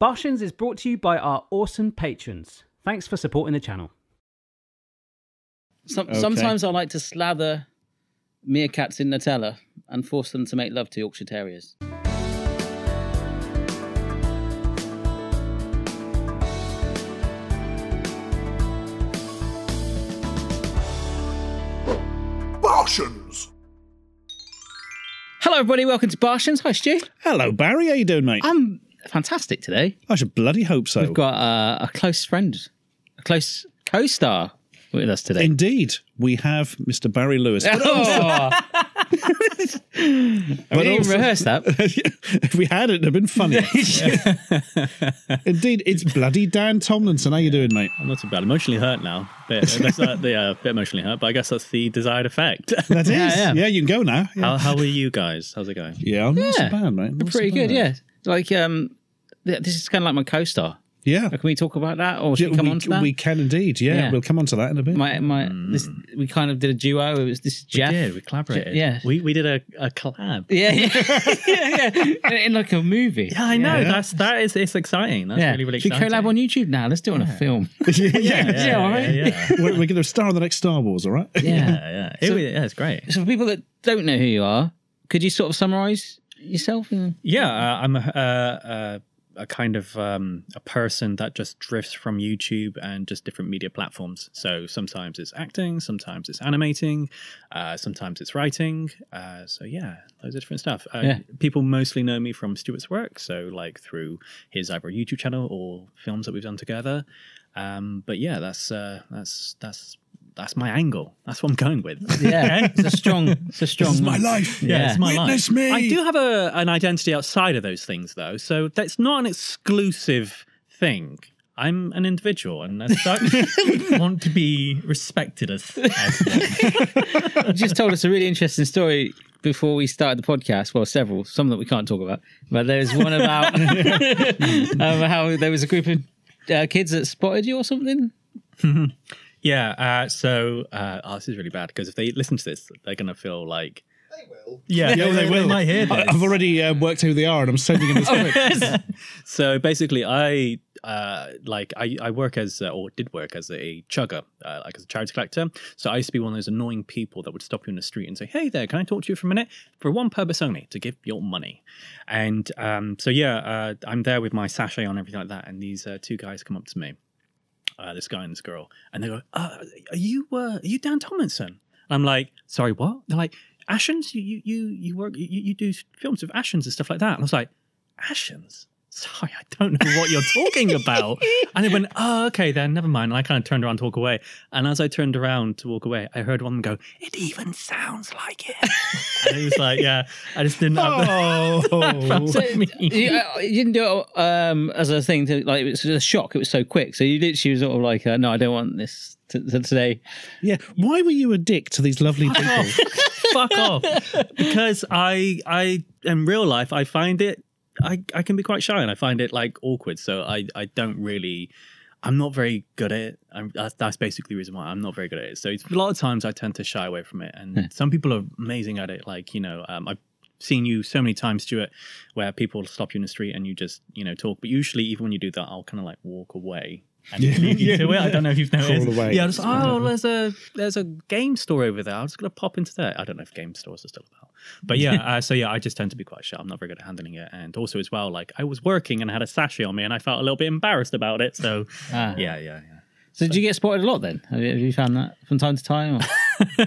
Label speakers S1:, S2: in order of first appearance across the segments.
S1: Barshins is brought to you by our awesome patrons. Thanks for supporting the channel.
S2: Some,
S3: Okay.
S2: Sometimes I like to slather meerkats in Nutella and force them to make love to Yorkshire Terriers.
S4: Barshans!
S2: Hello, everybody. Welcome to Barshans. Hi, Stu.
S3: Hello, Barry. How you doing, mate?
S2: I'm fantastic today.
S3: I should bloody hope so.
S2: We've got uh, a close friend, a close co-star with us today.
S3: Indeed, we have Mr. Barry Lewis. But
S2: Oh. we
S3: But
S2: didn't
S3: also-
S2: rehearse that.
S3: if we had, it'd have been funny. Indeed, it's bloody Dan Tomlinson. How you doing, mate?
S5: I'm not too bad. Emotionally hurt now. Bit, that's, uh, they are a bit emotionally hurt, but I guess that's the desired effect.
S3: That is. Yeah,
S2: yeah.
S3: you can go now. Yeah,
S5: how, how are you guys? How's it going?
S3: yeah I'm not
S2: Yeah.
S3: so bad, mate. Not so
S2: Pretty good,
S3: bad.
S2: yeah. Like, um, th- this is kind of like my co-star.
S3: Yeah.
S2: Can we talk about that, or should we
S3: Yeah,
S2: come
S3: we,
S2: on to that?
S3: we can indeed. Yeah,
S2: Yeah.
S3: we'll come on to that in a bit.
S2: my, my, this, we kind of did a duo. It was this is Jeff.
S5: Yeah, Hmm. we collaborated.
S2: Yeah.
S5: we we did a, a collab.
S2: Yeah, yeah, yeah, yeah. In, in like a movie.
S5: Yeah, I know. That's that is it's exciting. That's
S2: Yeah.
S5: really really
S2: Should we
S5: exciting.
S2: collab on YouTube now? Let's do it on a film.
S3: yeah, yeah.
S5: Yeah,
S2: Yeah, all
S5: yeah,
S2: right.
S5: yeah, yeah.
S3: we're, we're going to star on the next Star Wars, all right?
S2: Yeah.
S5: Yeah, yeah. It was- yeah, it's great.
S2: so, for people that don't know who you are, could you sort of summarize yourself? in-
S5: Yeah, uh, I'm a, a, a, a kind of um, a person that just drifts from YouTube and just different media platforms. So sometimes it's acting, sometimes it's animating, uh, sometimes it's writing. Uh, so yeah, loads of different stuff. Uh,
S2: Yeah.
S5: People mostly know me from Stuart's work, so like through his either YouTube channel or films that we've done together. Um, but yeah, that's uh, that's that's that's my angle. That's what I'm going with.
S2: Yeah,
S5: Okay?
S2: it's a strong, it's a strong.
S3: It's my life.
S5: Yeah,
S2: Yeah.
S5: it's my
S3: Witness
S5: life.
S3: me.
S5: I do have a an identity outside of those things, though, so that's not an exclusive thing. I'm an individual, and as such, want to be respected as. as one.
S2: You just told us a really interesting story before we started the podcast. Well, several, some that we can't talk about, but there's one about um, how there was a group of uh, kids that spotted you or something.
S5: yeah. Uh, so, uh, oh, this is really bad because if they listen to this, they're gonna feel like. They will. Yeah,
S3: Yeah,
S5: they,
S3: they
S5: they
S3: will.
S5: might hear
S3: I,
S5: this.
S3: I've already uh, worked out who they are and I'm sending
S2: Oh,
S3: them this quick.
S5: So basically, I uh, like I, I work as uh, or did work as a chugger, uh, like as a charity collector. So I used to be one of those annoying people that would stop you in the street and say, "Hey there, can I talk to you for a minute?" For one purpose only, to give your money. And um, so yeah, uh, I'm there with my sachet on, everything like that, and these uh, two guys come up to me, uh, this guy and this girl, and they go, uh, "Are you uh, are you Dan Tomlinson?" And I'm like, "Sorry, what?" They're like, "Ashens, you you you you work you, you do films with Ashens and stuff like that." And I was like. Ashens? Sorry, I don't know what you're talking about. and they went, oh, okay, then never mind. And I kind of turned around to walk away. And as I turned around to walk away, I heard one of them go, it even sounds like it. and he was like, yeah, I just didn't have the.
S3: Oh.
S5: What I mean.
S2: You, uh, you didn't do it um, as a thing to like it was a shock. It was so quick, so you literally was sort of like, uh, "No, I don't want this t- t- today."
S3: yeah. Why were you a dick to these lovely people?
S5: Fuck off. Because I, I, in real life, I find it, I, I can be quite shy and I find it like awkward. So I, I don't really, I'm not very good at it. I'm, that's, that's basically the reason why I'm not very good at it. So it's a lot of times I tend to shy away from it. And some people are amazing at it. Like, you know, um, I've seen you so many times, Stuart, where people stop you in the street and you just, you know, talk. But usually, even when you do that, I'll kind of like walk away. And leave you to it. I don't know if you've noticed.
S3: Crawl away.
S5: Yeah, I'll just, oh, there's a there's a game store over there. I'm just gonna pop into there. I don't know if game stores are still about, but yeah. uh, so yeah, I just tend to be quite shy. I'm not very good at handling it, and also as well, like I was working and I had a sachet on me, and I felt a little bit embarrassed about it. So
S2: Ah.
S5: yeah, yeah, yeah.
S2: So, did you get spotted a lot then? Have you, have you found that from time to time? Or?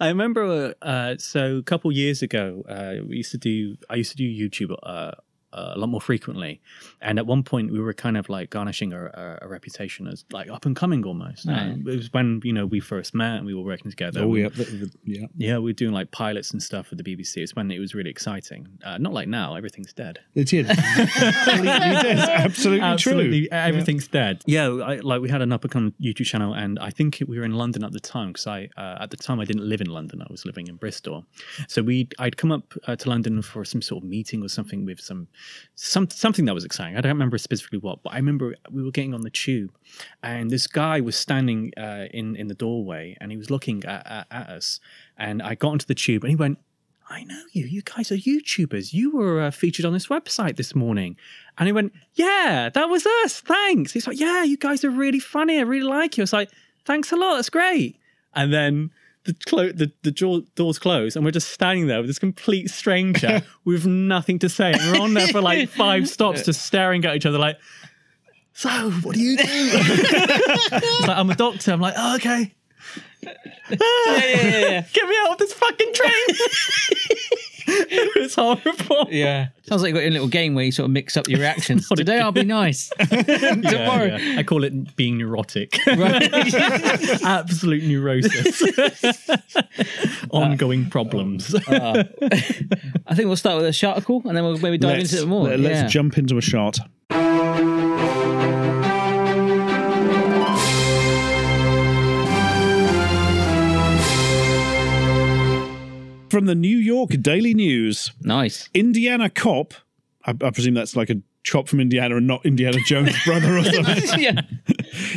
S5: I remember uh, so a couple years ago, uh, we used to do I used to do YouTube uh, a lot more frequently, and at one point we were kind of like garnishing our, our, our reputation as like up and coming almost.
S2: Right.
S5: Um, it was when you know we first met and we were working together.
S3: oh,
S5: We-
S3: yeah. the- the- yeah.
S5: Yeah, we were doing like pilots and stuff with the BBC. It's when it was really exciting. Uh, not like now, everything's dead.
S3: It did. Absolutely did. Absolutely, true.
S5: e, everything's dead. Yeah, I, like we had an up and coming YouTube channel, and I think we were in London at the time because I, uh, at the time, I didn't live in London. I was living in Bristol, so we, I'd come up uh, to London for some sort of meeting or something with some, some something that was exciting. I don't remember specifically what, but I remember we were getting on the tube, and this guy was standing uh, in in the doorway, and he was looking at, at, at us, and I got onto the tube, and he went. I know you. You guys are YouTubers. You were uh, featured on this website this morning. And he went, Yeah, that was us. Thanks. He's like, Yeah, you guys are really funny. I really like you. It's like, Thanks a lot. That's great. And then the, clo- the, the jaw- doors close, and we're just standing there with this complete stranger with nothing to say. And we're on there for like five stops, just staring at each other, like, So, what do you do? it's like, I'm a doctor. I'm like, oh, Okay.
S6: Yeah, yeah, yeah.
S5: Get me out of this fucking train. it was horrible.
S6: yeah. Sounds like you've got your little game where you sort of mix up your reactions. Today I'll be nice. Tomorrow.
S5: I call it being neurotic.
S6: Right.
S5: Absolute neurosis.
S6: Uh,
S5: Ongoing problems.
S6: I think we'll start with a shark call and then we'll maybe dive
S3: Let's-
S6: into it more.
S3: let- Let's
S6: Yeah.
S3: jump into a shot. From the New York Daily News,
S6: Nice.
S3: Indiana cop. I, I presume that's like a chop from Indiana and not Indiana Jones' brother or something.
S6: yeah.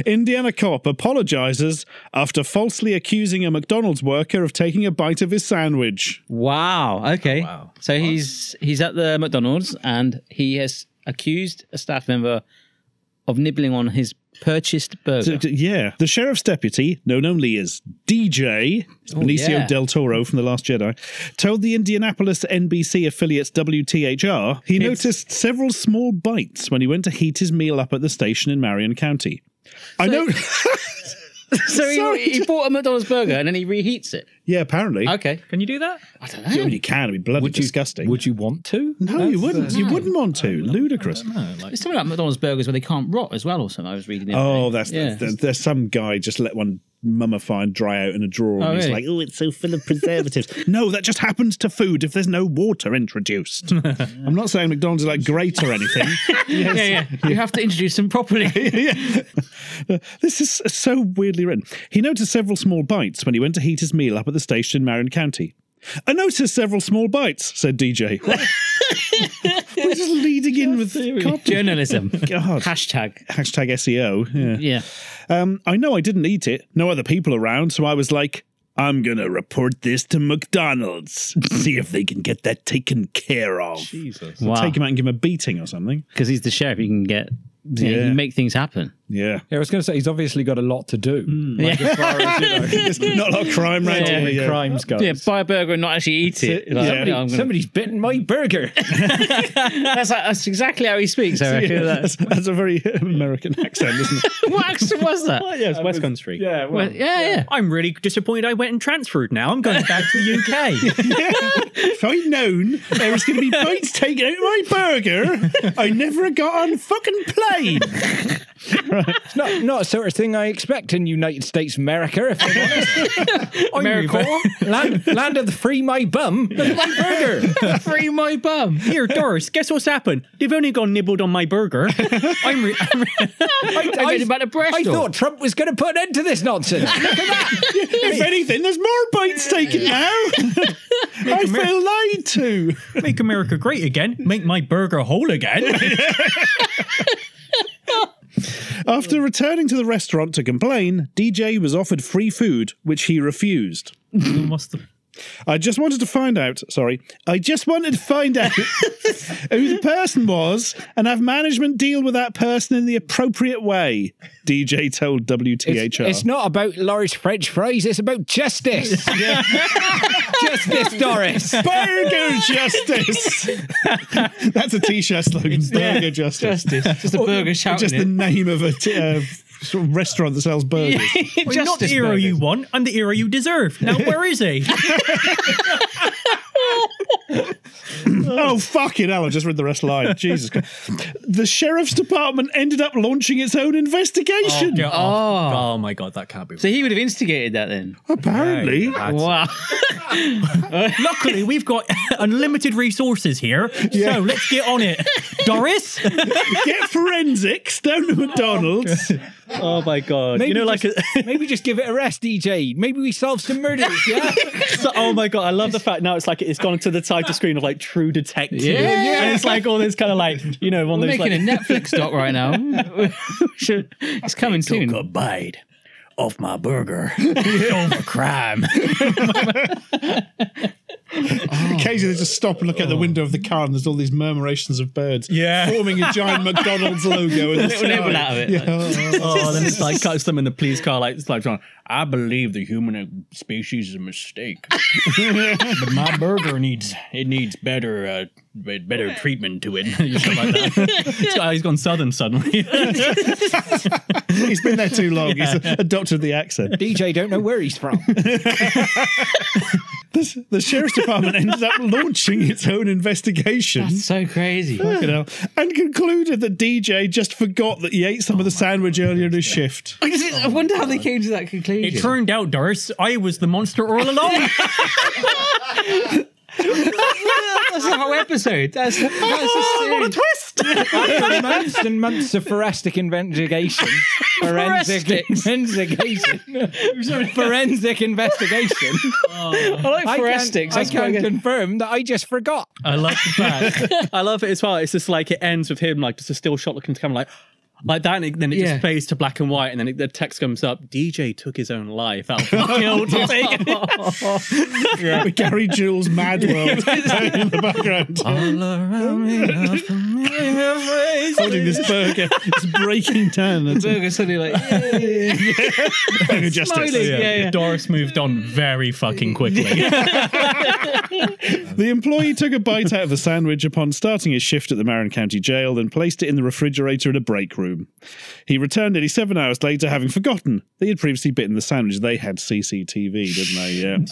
S3: Indiana cop apologizes after falsely accusing a McDonald's worker of taking a bite of his sandwich.
S6: Oh, Wow. Okay.
S5: wow.
S6: So he's he's at the McDonald's and he has accused a staff member of nibbling on his purchased burger.
S3: D- d- yeah. The sheriff's deputy, known only as DJ, it's Benicio
S6: yeah.
S3: del Toro from The Last Jedi, told the Indianapolis NBC affiliates WTHR he noticed several small bites when he went to heat his meal up at the station in Marion County. I know.
S6: So
S3: Sorry.
S6: he, he bought a McDonald's burger and then he reheats it.
S3: yeah, apparently.
S6: Okay.
S5: Can you do that?
S6: I don't
S3: You
S6: know.
S3: only can. It'd be bloody disgusting.
S7: Would you want to?
S3: no, you wouldn't. You wouldn't want to. Ludicrous.
S6: It's something about McDonald's burgers where they can't rot as well, or something. I was reading. the other
S3: Oh,
S6: day.
S3: that's,
S6: Yeah.
S3: that's- there's, some guy just let one mummify and dry out in a drawer,
S6: Oh,
S3: and he's
S6: really?
S3: like, "Oh, it's so full of preservatives." no, that just happens to food if there's no water introduced. I'm not saying McDonald's is like great or anything.
S6: Yeah, yeah. You have to introduce them properly.
S3: Yeah. This is so weirdly written. He noticed several small bites when he went to heat his meal up at the station in Marion County. I noticed several small bites, said DJ. We're just leading in with copy.
S6: Journalism.
S3: God.
S6: Hashtag.
S3: Hashtag SEO. Yeah.
S6: Yeah.
S3: Um, I know I didn't eat it. No other people around, so I was like, I'm gonna report this to McDonald's. See if they can get that taken care of.
S5: Jesus.
S6: Wow.
S3: Take him out and give him a beating or something.
S6: Because he's the sheriff, he can get. Yeah. He
S3: Yeah.
S6: can make things happen.
S3: Yeah.
S7: Yeah, I was going to say he's obviously got a lot to do.
S5: Hmm.
S6: yeah.
S3: It's not a lot of crime around
S6: Yeah.
S3: here. yeah.
S7: Crimes guys.
S6: yeah, buy a burger and not actually eat it. Like,
S3: Yeah.
S6: somebody- I'm gonna-
S7: Somebody's bitten my burger.
S6: that's, like, that's exactly how he speaks. I reckon.
S3: Yeah,
S6: That-
S3: that's, that's a very American accent, isn't it?
S6: what accent was that?
S5: Oh, yeah, it's West Country.
S3: yeah,
S6: Well, yeah, yeah.
S5: I'm really disappointed I went and transferred now. I'm going back to the UK.
S3: If I'd known there was going to be bites taken out of my burger, I never got on fucking plane.
S7: It's not, not a sort of thing I expect in United States America, if I'm honest.
S6: America.
S7: land, land of the free my bum. Look at my burger.
S6: Free my bum.
S5: Here, Doris, guess what's happened? They've only gone nibbled on my burger. I'm, re- I'm re-
S7: I, I-
S6: did about a Bristol.
S7: I thought Trump was going to put an end to this nonsense.
S3: if anything, there's more bites taken now. I feel lied to.
S5: make America great again. Make my burger whole again.
S3: After
S7: Mm.
S3: returning to the restaurant to complain, DJ was offered free food, which he refused.
S5: What's the-
S3: I just wanted to find out, sorry, I just wanted to find out who the person was and have management deal with that person in the appropriate way, DJ told WTHR.
S7: It's, it's not about Laurie's French fries, it's about justice. justice, Doris.
S3: Burger Justice! That's a t shirt slogan, Burger Justice.
S6: Just
S5: Oh,
S6: a burger shouting
S3: Just the name of a t- uh, sort of restaurant that sells burgers.
S6: it.
S5: I'm not the
S6: Justice
S5: hero
S6: burgers.
S5: you want. I'm the hero you deserve. Now, where is he?
S3: Oh, fucking hell. I just read the rest of the line. Jesus Christ. The sheriff's department ended up launching its own investigation.
S5: Get off.
S6: Oh.
S5: my god, that can't be.
S6: So he would have instigated that then.
S3: Apparently.
S6: Wow.
S5: Luckily, we've got unlimited resources here, so let's get on it, Doris.
S3: Get forensics down to McDonald's.
S5: Oh my god,
S7: Maybe
S5: you know, like,
S7: just, maybe just give it a rest, DJ. Maybe we solve some murders. Yeah,
S5: so- oh my god, I love the fact now it's like it's gone to the title screen of like True Detective,
S6: Yeah.
S5: and it's like all this kind of like you know one
S6: We're
S5: of those
S6: making
S5: like
S6: a Netflix doc right now. Should- it's coming soon.
S5: bite off my burger, over crime.
S8: Occasionally, they just stop and look
S6: Oh.
S8: out the window of the car, and there's all these murmurations of birds
S5: Yeah.
S8: forming a giant McDonald's logo. In the
S6: Little nibble
S8: sky.
S6: out of it,
S8: Yeah.
S6: like-
S5: Oh, then it's like cuts them in the police car, like it's like John. I believe the human species is a mistake, but my burger needs it needs better uh, be- better treatment to it. Something like that. This guy, he's gone southern suddenly.
S3: He's been there too long. He's adopted the accent.
S7: DJ don't know where he's from.
S3: The, the sheriff's department ended up launching its own investigation.
S6: That's so crazy.
S3: Fucking hell. And concluded that DJ just forgot that he ate some of
S6: Oh
S3: the sandwich earlier in his shift.
S6: I just- I wonder how they came to that conclusion.
S5: it turned out, Doris, I was the monster all along.
S6: that's the whole episode. That's, that's a series.
S7: After months and months of forensic investigation, forensic investigation, forensic investigation,
S5: Oh.
S6: I like forensics.
S7: I
S6: that's
S7: can, I
S6: quite
S7: can
S6: good.
S7: confirm that I just forgot.
S5: I love that. I love it as well. It's just like it ends with him like just a still shot looking to camera like like that, and it- then it
S6: Yeah.
S5: just fades to black and white, and then it, the text comes up: DJ took his own life. That killed.
S3: With Gary Jules' Mad World in the background.
S5: all around me are familiar faces.
S3: Holding this burger. It's breaking down. It's
S6: Burger suddenly like, yeah.
S3: burger justice.
S6: Smiling.
S5: yeah,
S6: Yeah, yeah.
S5: Doris moved on very fucking quickly.
S3: The employee took a bite out of the sandwich upon starting his shift at the Marin County Jail, then placed it in the refrigerator in a break room. He returned nearly seven hours later, having forgotten that he had previously bitten the sandwich. They had CCTV, didn't they? Yeah.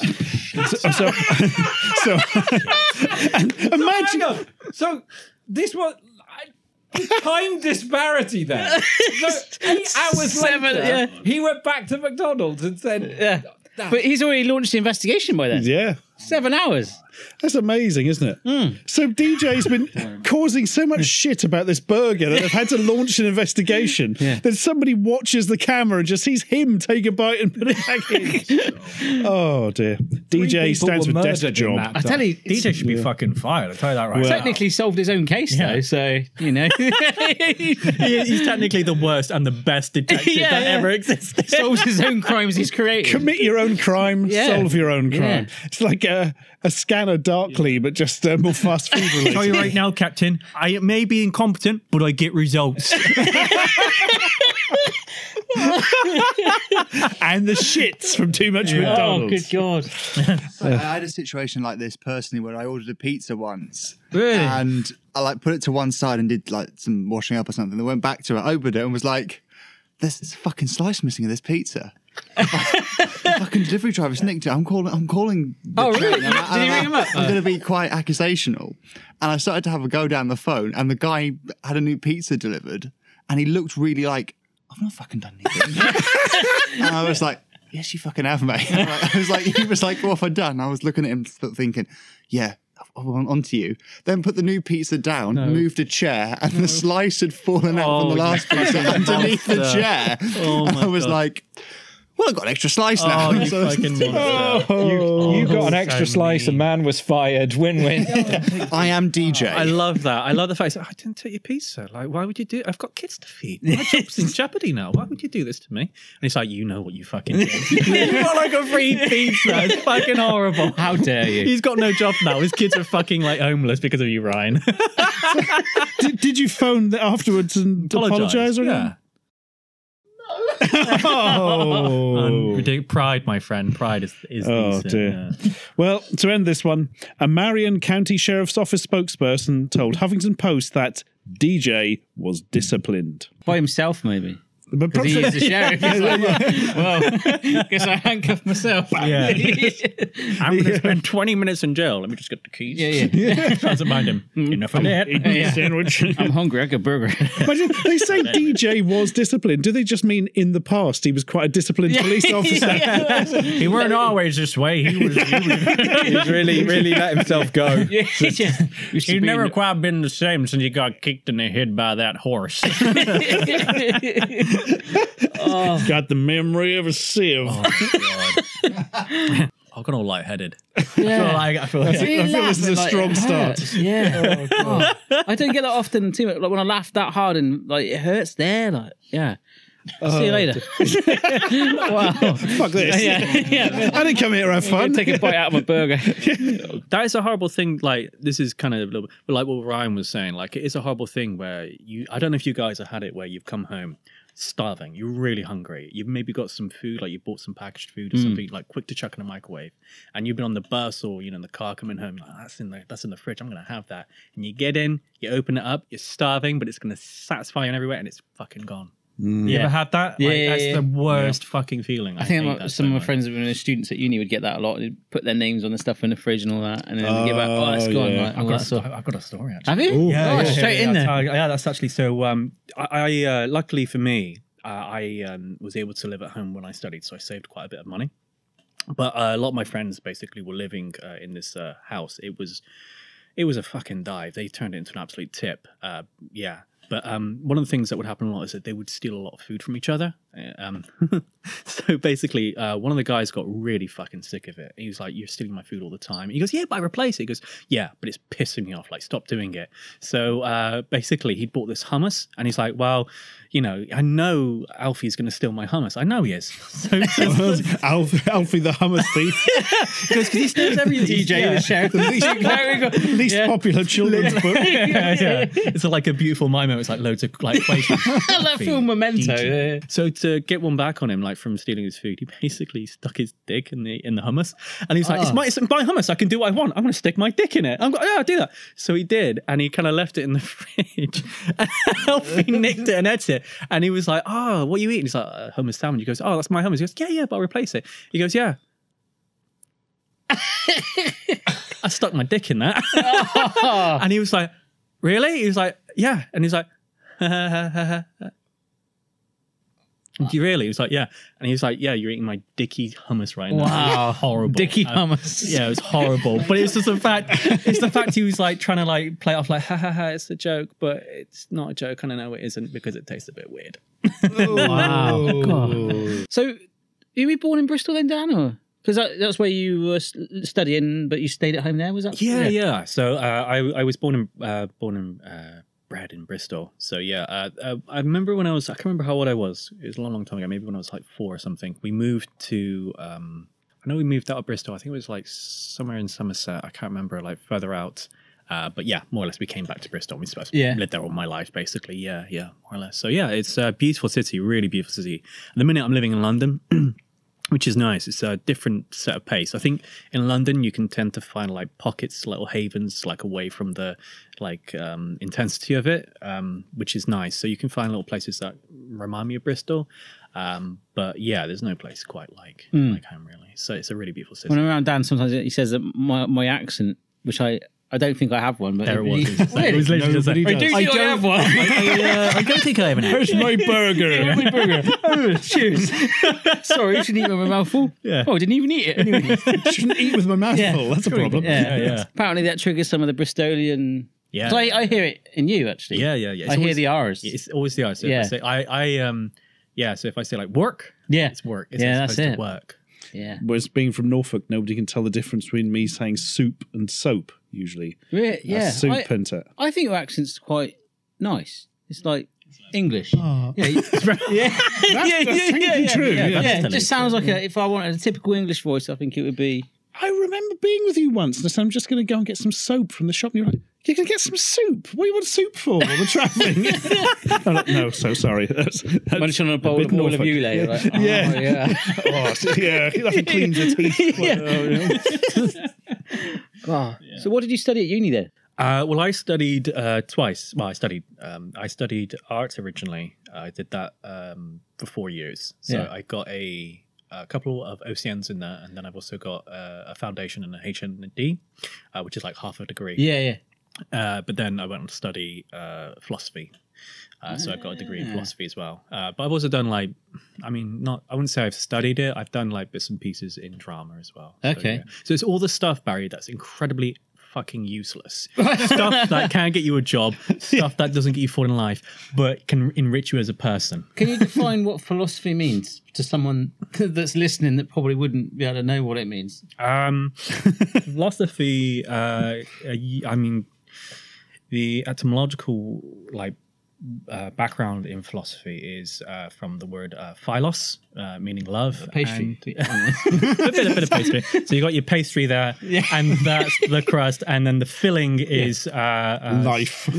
S3: so, so, so- and imagine.
S7: So this was time disparity there. eight hours
S6: Seven,
S7: later,
S6: yeah.
S7: he went back to McDonald's and said,
S6: yeah. But he's already launched the investigation by then.
S3: Yeah.
S6: Seven hours.
S3: That's amazing, isn't it? So DJ's been causing so much shit about this burger that they've had to launch an investigation. Then somebody watches the camera and just sees him take a bite and put it back in. oh dear. DJ stands for desk job.
S6: I tell you, he's
S5: DJ should be fucking fired. I tell you that right.
S6: technically solved his own case though. So you know,
S5: he's technically the worst and the best detective
S6: Yeah,
S5: that
S6: yeah.
S5: ever existed.
S6: solves his own crimes he's created.
S3: Commit your own crime,
S6: Yeah.
S3: solve your own crime.
S6: Yeah.
S3: It's like a, a scanner darkly, but just uh, more fast food related.
S5: tell you right now, Captain, I may be incompetent, but I get results.
S3: and the shits from too much
S6: Oh, good
S3: McDonald's.
S6: god!
S9: I I had a situation like this personally where I ordered a pizza once.
S6: Really?
S9: And I like put it to one side and did like some washing up or something. Then went back to it, opened it, and was like, "There's this fucking slice missing in this pizza." The fucking delivery driver snicked it. I'm calling. I'm calling. the
S6: Oh, really?
S9: train. I'm-
S6: Did you ring him up?
S9: I'm going to be quite accusational. And I started to have a go down the phone, and the guy had a new pizza delivered, and he looked really like, "I've not fucking done anything." And I was like, yes, you fucking have, mate. I was like, he was like, what have I done? I was looking at him th- thinking, yeah, I'm on, onto you. Then put the new pizza down, moved a chair, and the slice had fallen out from the
S5: Oh,
S9: last pizza underneath the chair. and I was like, well, I've got an extra slice now.
S5: oh, you
S9: So I was-
S5: fucking monster.
S7: You,
S3: Oh.
S7: you got an
S5: Oh, so
S7: extra slice, and man was fired. Win win.
S9: I am DJ.
S5: I love that. I love the fact that "Oh, I didn't take your pizza. Like, why would you do? I've got kids to feed. My job's in jeopardy now. Why would you do this to me? And it's like, you know what you fucking did. you got like a free pizza. It's fucking horrible.
S6: How dare you?
S5: He's got no job now. His kids are fucking like homeless because of you, Ryan.
S3: Did, did you phone th- afterwards and apologise or anything?
S5: Yeah.
S3: Oh.
S5: Unpredict- pride, my friend. Pride is is
S3: Oh,
S5: decent,
S3: dear. Well, to end this one, a Marion County Sheriff's Office spokesperson told Huffington Post that DJ was disciplined.
S6: By himself, maybe.
S3: But
S6: Because
S3: perhaps
S6: he is the sheriff. He's like, well, guess I handcuffed myself.
S5: Yeah.
S6: yeah,
S5: yeah. I'm gonna spend 20 minutes in jail. Let me just get the keys. Mm.
S6: yeah.
S5: Doesn't mind him. Enough of that.
S3: a sandwich.
S6: I'm hungry. I got a burger.
S3: Imagine, they say DJ was disciplined. Do they just mean in the past he was quite a disciplined police officer?
S5: He Mm. weren't always this way. He was. He,
S10: He's really, really let himself go.
S6: yeah. Used to be in-
S5: quite been the same since he got kicked in the head by that horse.
S3: Got the memory of a sieve.
S5: I got all lightheaded.
S6: Yeah.
S5: Like, I feel like
S3: I feel this is a
S6: Like,
S3: strong
S6: it
S3: start.
S6: hurts. Yeah. I don't get that often too. much. Like when I laugh that hard and like it hurts there. Like yeah. See you
S3: Oh,
S6: later. wow.
S3: Fuck this.
S6: Yeah, yeah.
S3: I didn't come here to have fun.
S6: Take a bite out of my burger.
S5: that is a horrible thing. Like this is kind of a little, but like what Ryan was saying, like it is a horrible thing where you. I don't know if you guys have had it where you've come home starving, you're really hungry, you've maybe got some food, like you bought some packaged food or
S6: Hmm.
S5: something, like quick to chuck in the microwave, and you've been on the bus or you know in the car coming home, like that's in the that's in the fridge, I'm gonna have that, and you get in, you open it up, you're starving, but it's gonna satisfy you in every way, and it's fucking gone. You ever had that?
S6: Yeah,
S5: like,
S6: yeah,
S5: that's
S6: yeah.
S5: the worst fucking feeling.
S6: Hmm. I think
S5: hate
S6: my-
S5: that so
S6: some of my
S5: much.
S6: friends who were students at uni would get that a lot. They'd put their names on the stuff in the fridge and all that, and then they'd get back, oh, it's
S3: Oh,
S6: gone.
S3: yeah.
S6: Like, oh,
S5: I've got, a
S6: that's
S5: sto-
S6: all.
S5: I've got a story actually.
S6: Have you? oh, straight in there.
S5: that's how- yeah, that's actually so. Um, I, I uh, luckily for me, uh, I um, was able to live at home when I studied, so I saved quite a bit of money. But uh, a lot of my friends basically were living uh, in this uh, house. It was, it was a fucking dive. They turned it into an absolute tip. Uh, yeah. But um, one of the things that would happen a lot is that they would steal a lot of food from each other. Uh, Um, so basically, uh, one of the guys got really fucking sick of it. He was like, "You're stealing my food all the time." He goes, "Yeah, but I replace it." He goes, "Yeah, but it's pissing me off. Like, stop doing it." So uh, basically, he bought this hummus, and he's like, "Well, you know, I know Alfie's going to steal my hummus. I know he is." So
S3: Alf, Alfie the hummus thief,
S5: because he steals everything.
S6: DJ the sheriff. There we go.
S3: least
S6: Yeah.
S3: popular children's book.
S5: yeah, yeah. It's like a beautiful mimo. It's like loads of like places.
S6: that film Memento.
S5: DJ.
S6: yeah.
S5: So to get one back on him, like from stealing his food, he basically stuck his dick in the in the hummus, and he's like, "It's my it's my hummus. I can do what I want. I'm going to stick my dick in it. I'm going, yeah, I'll do that." So he did, and he kind of left it in the fridge. And Alfie nicked it and ate it, and he was like, "Oh, what are you eating?" He's like, uh, "Hummus sandwich." He goes, "Oh, that's my hummus." He goes, "Yeah, yeah, but I'll replace it." He goes, "Yeah." I stuck my dick in that, and he was like, "Really?" He was like, "Yeah," and he's like. Do you really? He was like, yeah. And he was like, yeah, you're eating my dicky hummus right now.
S6: Wow.
S5: horrible.
S6: Dicky
S5: Um,
S6: Hummus.
S5: yeah, it was horrible. But it's just the fact, it's the fact he was like trying to like play it off like, ha ha ha, it's a joke, but it's not a joke. And I know it isn't because it tastes a bit weird.
S6: So, you were born in Bristol then, Dan? Or because that, that's where you were s- studying, but you stayed at home there. Was that?
S5: Yeah, yeah. So uh, I I was born in uh, born in uh, bred in Bristol. So yeah, uh, uh, I remember when I was I can't remember how old I was. It was a long, long time ago. Maybe when I was like four or something. We moved to um, I know we moved out of Bristol. I think it was like somewhere in Somerset. I can't remember like further out. Uh, but yeah, more or less, we came back to Bristol. We sp-
S6: Yeah.
S5: lived there all my life, basically. Yeah, yeah, more or less. So yeah, it's a beautiful city, really beautiful city. At the minute, I'm living in London, which is nice. It's a different set of pace. I think in London you can tend to find like pockets, little havens, like away from the like um, intensity of it, um, which is nice. So you can find little places that remind me of Bristol. Um, but yeah, there's no place quite like like home really. So it's a really beautiful city.
S6: Hmm. When I'm around Dan, sometimes he says that my my accent, which I I don't think I have one, but
S5: There it was. It was just that. It
S6: Really?
S5: was literally just that.
S6: I do think I have one.
S5: I, uh, I don't think I have an accent.
S6: my burger. my burger. Oh, cheers. Sorry, you shouldn't eat my mouthful.
S5: Yeah.
S6: Oh, I didn't even eat it. Anyway.
S3: Shouldn't eat with my mouth
S6: Yeah.
S3: full. That's a problem.
S6: Yeah.
S5: yeah.
S6: Apparently that triggers some of the Bristolian.
S5: Yeah.
S6: 'Cause I, I hear it in you actually.
S5: Yeah, yeah, yeah. It's
S6: I hear
S5: always-
S6: the R's.
S5: It's always the I. So
S6: Yeah.
S5: if I say I, I um yeah. So if I say like work,
S6: yeah.
S5: it's work. It's
S6: Yeah,
S5: not
S6: that's
S5: supposed
S6: it.
S5: To work.
S6: Yeah.
S3: Whereas being from Norfolk, nobody can tell the difference between me saying soup and soap usually.
S6: Re-
S3: That's
S6: Yeah.
S3: soup
S6: I,
S3: and it.
S6: I think your accent's quite nice. It's like English. Yeah. you- yeah. yeah, yeah, yeah, yeah.
S3: true.
S6: Yeah,
S3: yeah.
S6: it just sounds like a, if I wanted a typical English voice, I think it would be.
S3: I remember being with you once, and I said, I'm just going to go and get some soap from the shop. And you're like, You're going to get some soup? What do you want soup for? Well, We're traveling. I'm like, no, so sorry. That's, that's
S6: Munching on a bowl
S3: bit
S6: of all of
S3: Norfolk.
S6: you later. Like, oh,
S3: Yeah.
S6: yeah.
S3: oh, yeah, nothing cleans your teeth.
S6: God. Ah. So, what did you study at uni then?
S5: Uh, well, I studied uh, twice. Well, I studied um, I studied arts originally. I did that um, for four years. So
S6: Yeah.
S5: I got a, a couple of OCNs in there, and then I've also got uh, a foundation and a HND, uh, which is like half a degree.
S6: Yeah, yeah.
S5: Uh, but then I went on to study uh, philosophy. Uh, so I've got a degree in philosophy as well. Uh, but I've also done like, I mean, not I wouldn't say I've studied it. I've done like bits and pieces in drama as well. So,
S6: Okay.
S5: yeah. So it's all the stuff, Barry, that's incredibly fucking useless. stuff that can get you a job. Stuff that doesn't get you forward in life, but can enrich you as a person.
S6: Can you define what philosophy means to someone that's listening that probably wouldn't be able to know what it means?
S5: Um, philosophy. Uh, uh, y- I mean, the etymological like uh, background in philosophy is uh, from the word uh, philos, uh, meaning love.
S6: Pastry.
S5: and- a, bit, a bit of pastry. So you got your pastry there, and that's the crust, and then the filling is uh, uh,
S8: Life.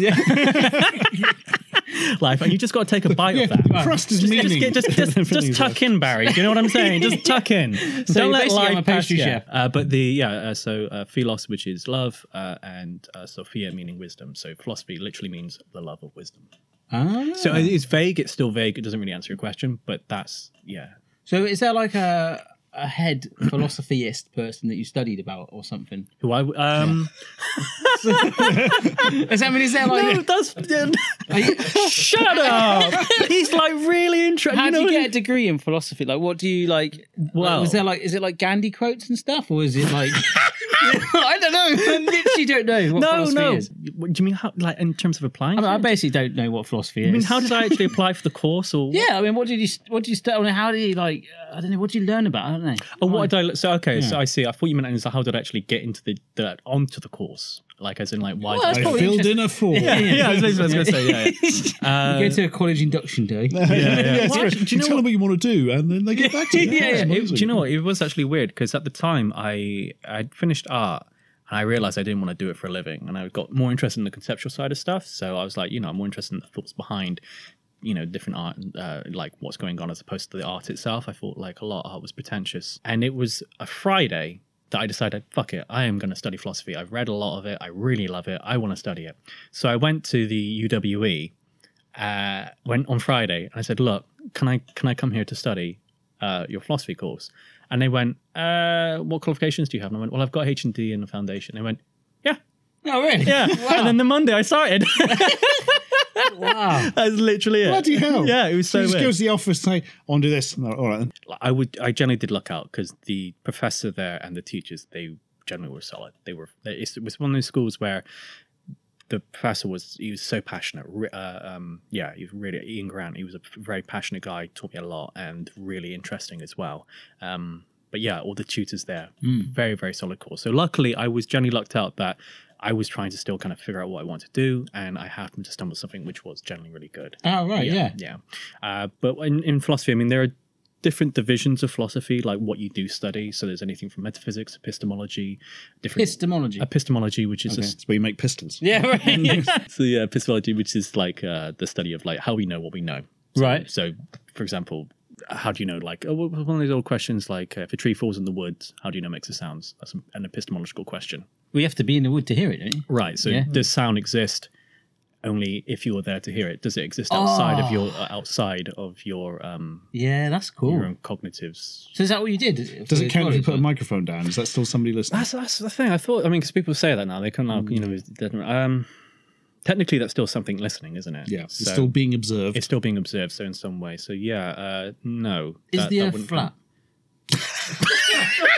S5: life, and you just got to take a bite of that.
S8: Crust is
S5: Just,
S8: meaning.
S5: just, get- just, just, just
S8: Everything's
S5: tuck in, Barry. Do you know what I'm saying? Just tuck in. Don't
S6: you
S5: let
S6: basically
S5: life
S6: I'm a
S5: pass
S6: pastry
S5: you.
S6: chef.
S5: Uh, but the yeah, uh, so uh, philos, which is love, uh, and uh, sophia, meaning wisdom. So philosophy literally means the love of wisdom.
S6: Ah.
S5: So it- it's vague. It's still vague. It doesn't really answer your question, but that's yeah.
S6: So is there like a a head philosophyist person that you studied about or something?
S5: Who I w- um
S6: Is that I mean is there like
S5: no, that's shut up. He's like really interested.
S6: how do you get a degree in philosophy? Like, what do you like? Well,
S5: Well-
S6: was there like, is it like Gandhi quotes and stuff, or is it like? I don't know. I literally don't know what
S5: no,
S6: philosophy
S5: no.
S6: is.
S5: What, do you mean how, like in terms of applying?
S6: I, mean,
S5: for
S6: I
S5: it?
S6: basically don't know what philosophy is.
S5: I mean, how did I actually apply for the course or what?
S6: Yeah, I mean, what did you? What did you? stu- I mean, how did you like? uh, I don't know. What did you learn about? I don't know.
S5: Oh, what did I? So okay, so I see. I thought you meant as how did I actually get into the, the onto the course, like as in like why?
S6: Well, that's
S5: did
S8: I
S6: probably
S8: filled
S6: interesting.
S8: in a form.
S5: yeah, that's basically what I was gonna say. Yeah,
S6: you go to a college induction day.
S8: Yeah,
S5: Well,
S8: sorry.
S5: actually, do
S8: do
S5: you
S8: you
S5: know
S8: tell them what you want to do, and then they get back to you.
S6: Yeah,
S8: That's
S6: yeah.
S5: It-
S8: amazing.
S5: do you know what? It was actually weird because at the time I I finished art and I realized I didn't want to do it for a living, and I got more interested in the conceptual side of stuff. So I was like, you know, I'm more interested in the thoughts behind, you know, different art and uh, like what's going on as opposed to the art itself. I thought like a lot of art was pretentious, and it was a Friday that I decided, fuck it, I am going to study philosophy. I've read a lot of it. I really love it. I want to study it. So I went to the UWE uh, went on Friday and I said, "Look, can I can I come here to study uh, your philosophy course?" And they went, uh, "What qualifications do you have?" And I went, "Well, I've got H and D in the foundation." They went, "Yeah,
S6: No, Oh, really.
S5: yeah." And then the Monday I started.
S6: Wow.
S5: That's literally it.
S8: Bloody hell.
S5: Yeah, it was so
S8: He just
S5: weird.
S8: goes to the office and say, I want to do this. And they're like, all right then.
S5: I would I generally did luck out because the professor there and the teachers they generally were solid. They were it was one of those schools where the professor was he was so passionate. Re- Uh, um, yeah, he was really Ian Grant. He was a very passionate guy. Taught me a lot and really interesting as well. Um, but yeah, all the tutors there, very very solid course. So luckily, I was generally lucked out that. I was trying to still kind of figure out what I wanted to do, and I happened to stumble something which was generally really good
S6: Oh right. Yeah.
S5: yeah. Uh, but in, in philosophy, I mean, there are different divisions of philosophy, like what you do study. So there's anything from metaphysics, epistemology, different
S6: Epistemology.
S5: epistemology, which is just
S8: That's where you make pistols.
S6: yeah. Right.
S5: so yeah, epistemology, which is like uh, the study of like how we know what we know.
S6: Right.
S5: So, for example, how do you know? Like oh, one of those old questions, like uh, if a tree falls in the woods, how do you know it makes a sound? That's an epistemological question.
S6: we have to be in the wood to hear it, don't you?
S5: Right. So
S6: Yeah.
S5: does sound exist only if you were there to hear it? Does it exist outside
S6: Ah.
S5: of your uh, outside of your um,
S6: Yeah, that's cool.
S5: your own cognitives.
S6: So is that what you did?
S8: Does it count if you put a microphone down? Is that still somebody listening?
S5: That's that's the thing. I thought. I mean, because people say that now, they come out. You know, it doesn't- um, technically that's still something listening, isn't it?
S8: yeah, it's
S5: So
S8: still being observed.
S5: it's still being observed. So in some way, so yeah, uh, no.
S6: Is
S5: that-
S6: the
S5: that
S6: earth
S5: wouldn't
S6: flat?
S5: count.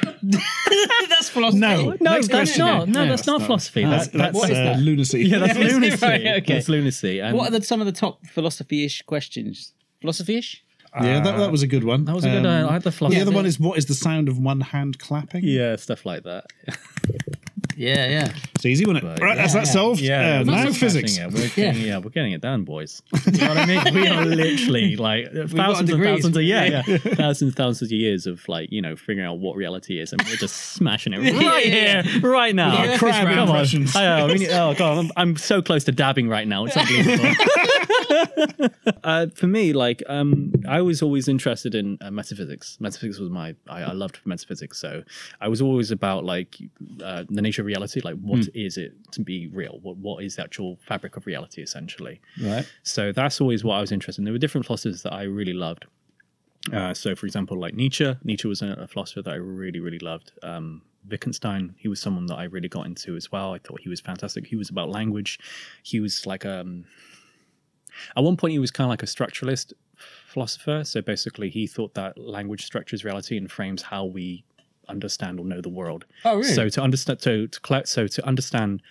S6: that's philosophy.
S8: No.
S5: No,
S8: Next
S5: that's
S8: question.
S5: not. No,
S6: Yeah,
S5: that's not philosophy.
S8: that's,
S5: That, that's
S8: that's, uh, lunacy.
S5: yeah, that's
S6: Right,
S5: lunacy.
S6: okay.
S5: That's lunacy. And
S6: What are the, some of the top philosophy-ish questions? Philosophy-ish?
S8: Yeah, that, that was a good one. That
S5: was a good, uh, I had the philosophy.
S8: The other one is what is the sound of one hand clapping?
S5: yeah, stuff like that.
S6: Yeah, yeah.
S8: It's easy, wasn't it? right, that's that solved.
S5: Yeah,
S8: Uh,
S5: we're
S8: now
S5: smashing
S8: physics.
S5: it. We're getting, yeah. we're getting it down, boys. You know what I mean? We are literally like thousands and
S6: degrees.
S5: thousands of yeah, yeah, thousands and thousands of years of like you know figuring out what reality is, and we're just smashing it right
S6: Yeah.
S5: here, right now.
S6: Yeah,
S5: Crab
S6: Earth is round.
S5: Come on.
S8: impressions.
S5: I know, I mean, oh god, I'm, I'm so close to dabbing right now. It's unbelievable. uh, for me, like um, I was always interested in uh, metaphysics. Metaphysics was my I, I loved metaphysics, so I was always about like uh, the nature of reality. Like, what is it to be real? What what is the actual fabric of reality, essentially?
S6: Right.
S5: So that's always what I was interested in. There were different philosophers that I really loved. Uh, so, for example, like Nietzsche. Nietzsche was a, a philosopher that I really, really loved. Um, Wittgenstein, he was someone that I really got into as well. I thought he was fantastic. He was about language. He was like um, at one point he was kind of like a structuralist philosopher. So basically, he thought that language structures reality and frames how we understand or know the world.
S6: Oh, really?
S5: So to understand, so to collect, so to understand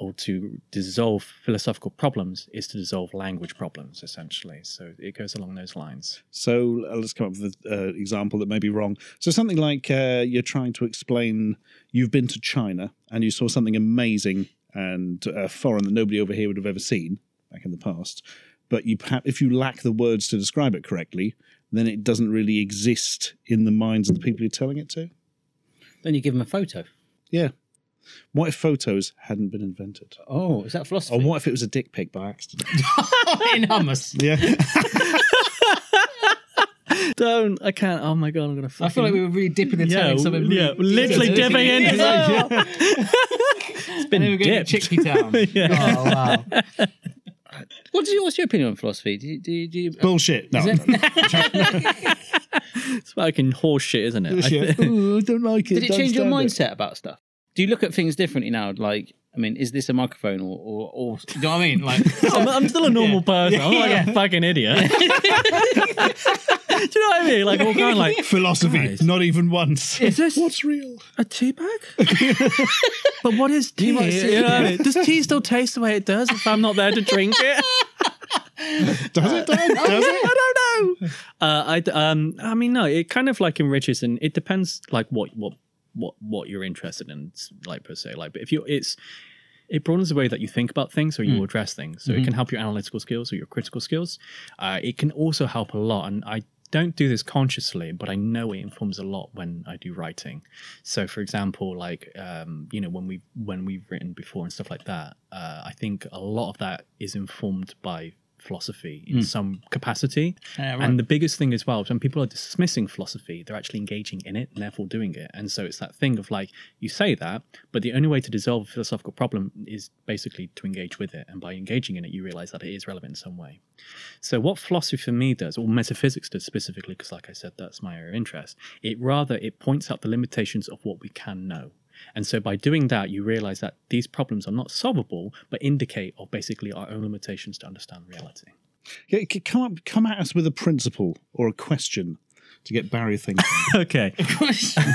S5: or to dissolve philosophical problems is to dissolve language problems essentially so it goes along those lines
S8: So uh, let's come up with an uh, example that may be wrong. So something like uh, you're trying to explain you've been to China and you saw something amazing and uh, foreign that nobody over here would have ever seen back in the past.
S3: but you ha- if you lack the words to describe it correctly, then it doesn't really exist in the minds of the people you're telling it to.
S6: Then you give them a photo.
S3: Yeah. What if photos hadn't been invented?
S6: Oh, is that philosophy?
S3: Or what if it was a dick pic by accident?
S6: in hummus?
S3: yeah.
S5: Don't. I can't. Oh my god, I'm gonna.
S6: I feel like we were really dipping the toe
S5: yeah,
S6: in something. really-
S5: yeah, literally dipping into something.
S6: It's been and then we're going to
S5: dipped.
S6: Chickpea Town. Oh wow. What's your, what's your opinion on philosophy? Do you, do you, do you,
S3: Bullshit. No.
S5: It's fucking horse shit, isn't it? I think-
S3: Ooh, I don't like it.
S6: did it
S3: don't
S6: change your
S3: stand it.
S6: mindset about stuff? Do you look at things differently now? Like, I mean, is this a microphone or or, or do you know what I mean? Like,
S5: I'm, I'm still a normal person. I'm not like a fucking idiot. Do you know what I mean? Like all going like
S3: Philosophy,
S5: Nice.
S3: not even once.
S5: Is this
S3: What's real?
S5: a tea bag? but what is tea? You know what I mean? Does tea still taste the way it does if I'm not there to drink it?
S3: Does it? Dan? Does it?
S5: I don't know. Uh, I d- um, I mean, no. It kind of like enriches, and it depends like what what what what you're interested in, s- like per se. Like, but if you, it's it broadens the way that you think about things or you address things. So it can help your analytical skills or your critical skills. Uh, it can also help a lot, and I don't do this consciously, but I know it informs a lot when I do writing. So, for example, like um, you know, when we when we've written before and stuff like that, uh, I think a lot of that is informed by philosophy in some capacity. And the biggest thing as well is when people are dismissing philosophy, they're actually engaging in it and therefore doing it. And so it's that thing of like you say that, but the only way to dissolve a philosophical problem is basically to engage with it. And by engaging in it, you realize that it is relevant in some way. So what philosophy for me does, or metaphysics does specifically, because like I said, that's my area of interest, it rather it points out the limitations of what we can know. And so by doing that, you realize that these problems are not solvable, but indicate or basically our own limitations to understand reality.
S3: Yeah, c- Come up, come at us with a principle or a question to get Barry thinking.
S5: Okay.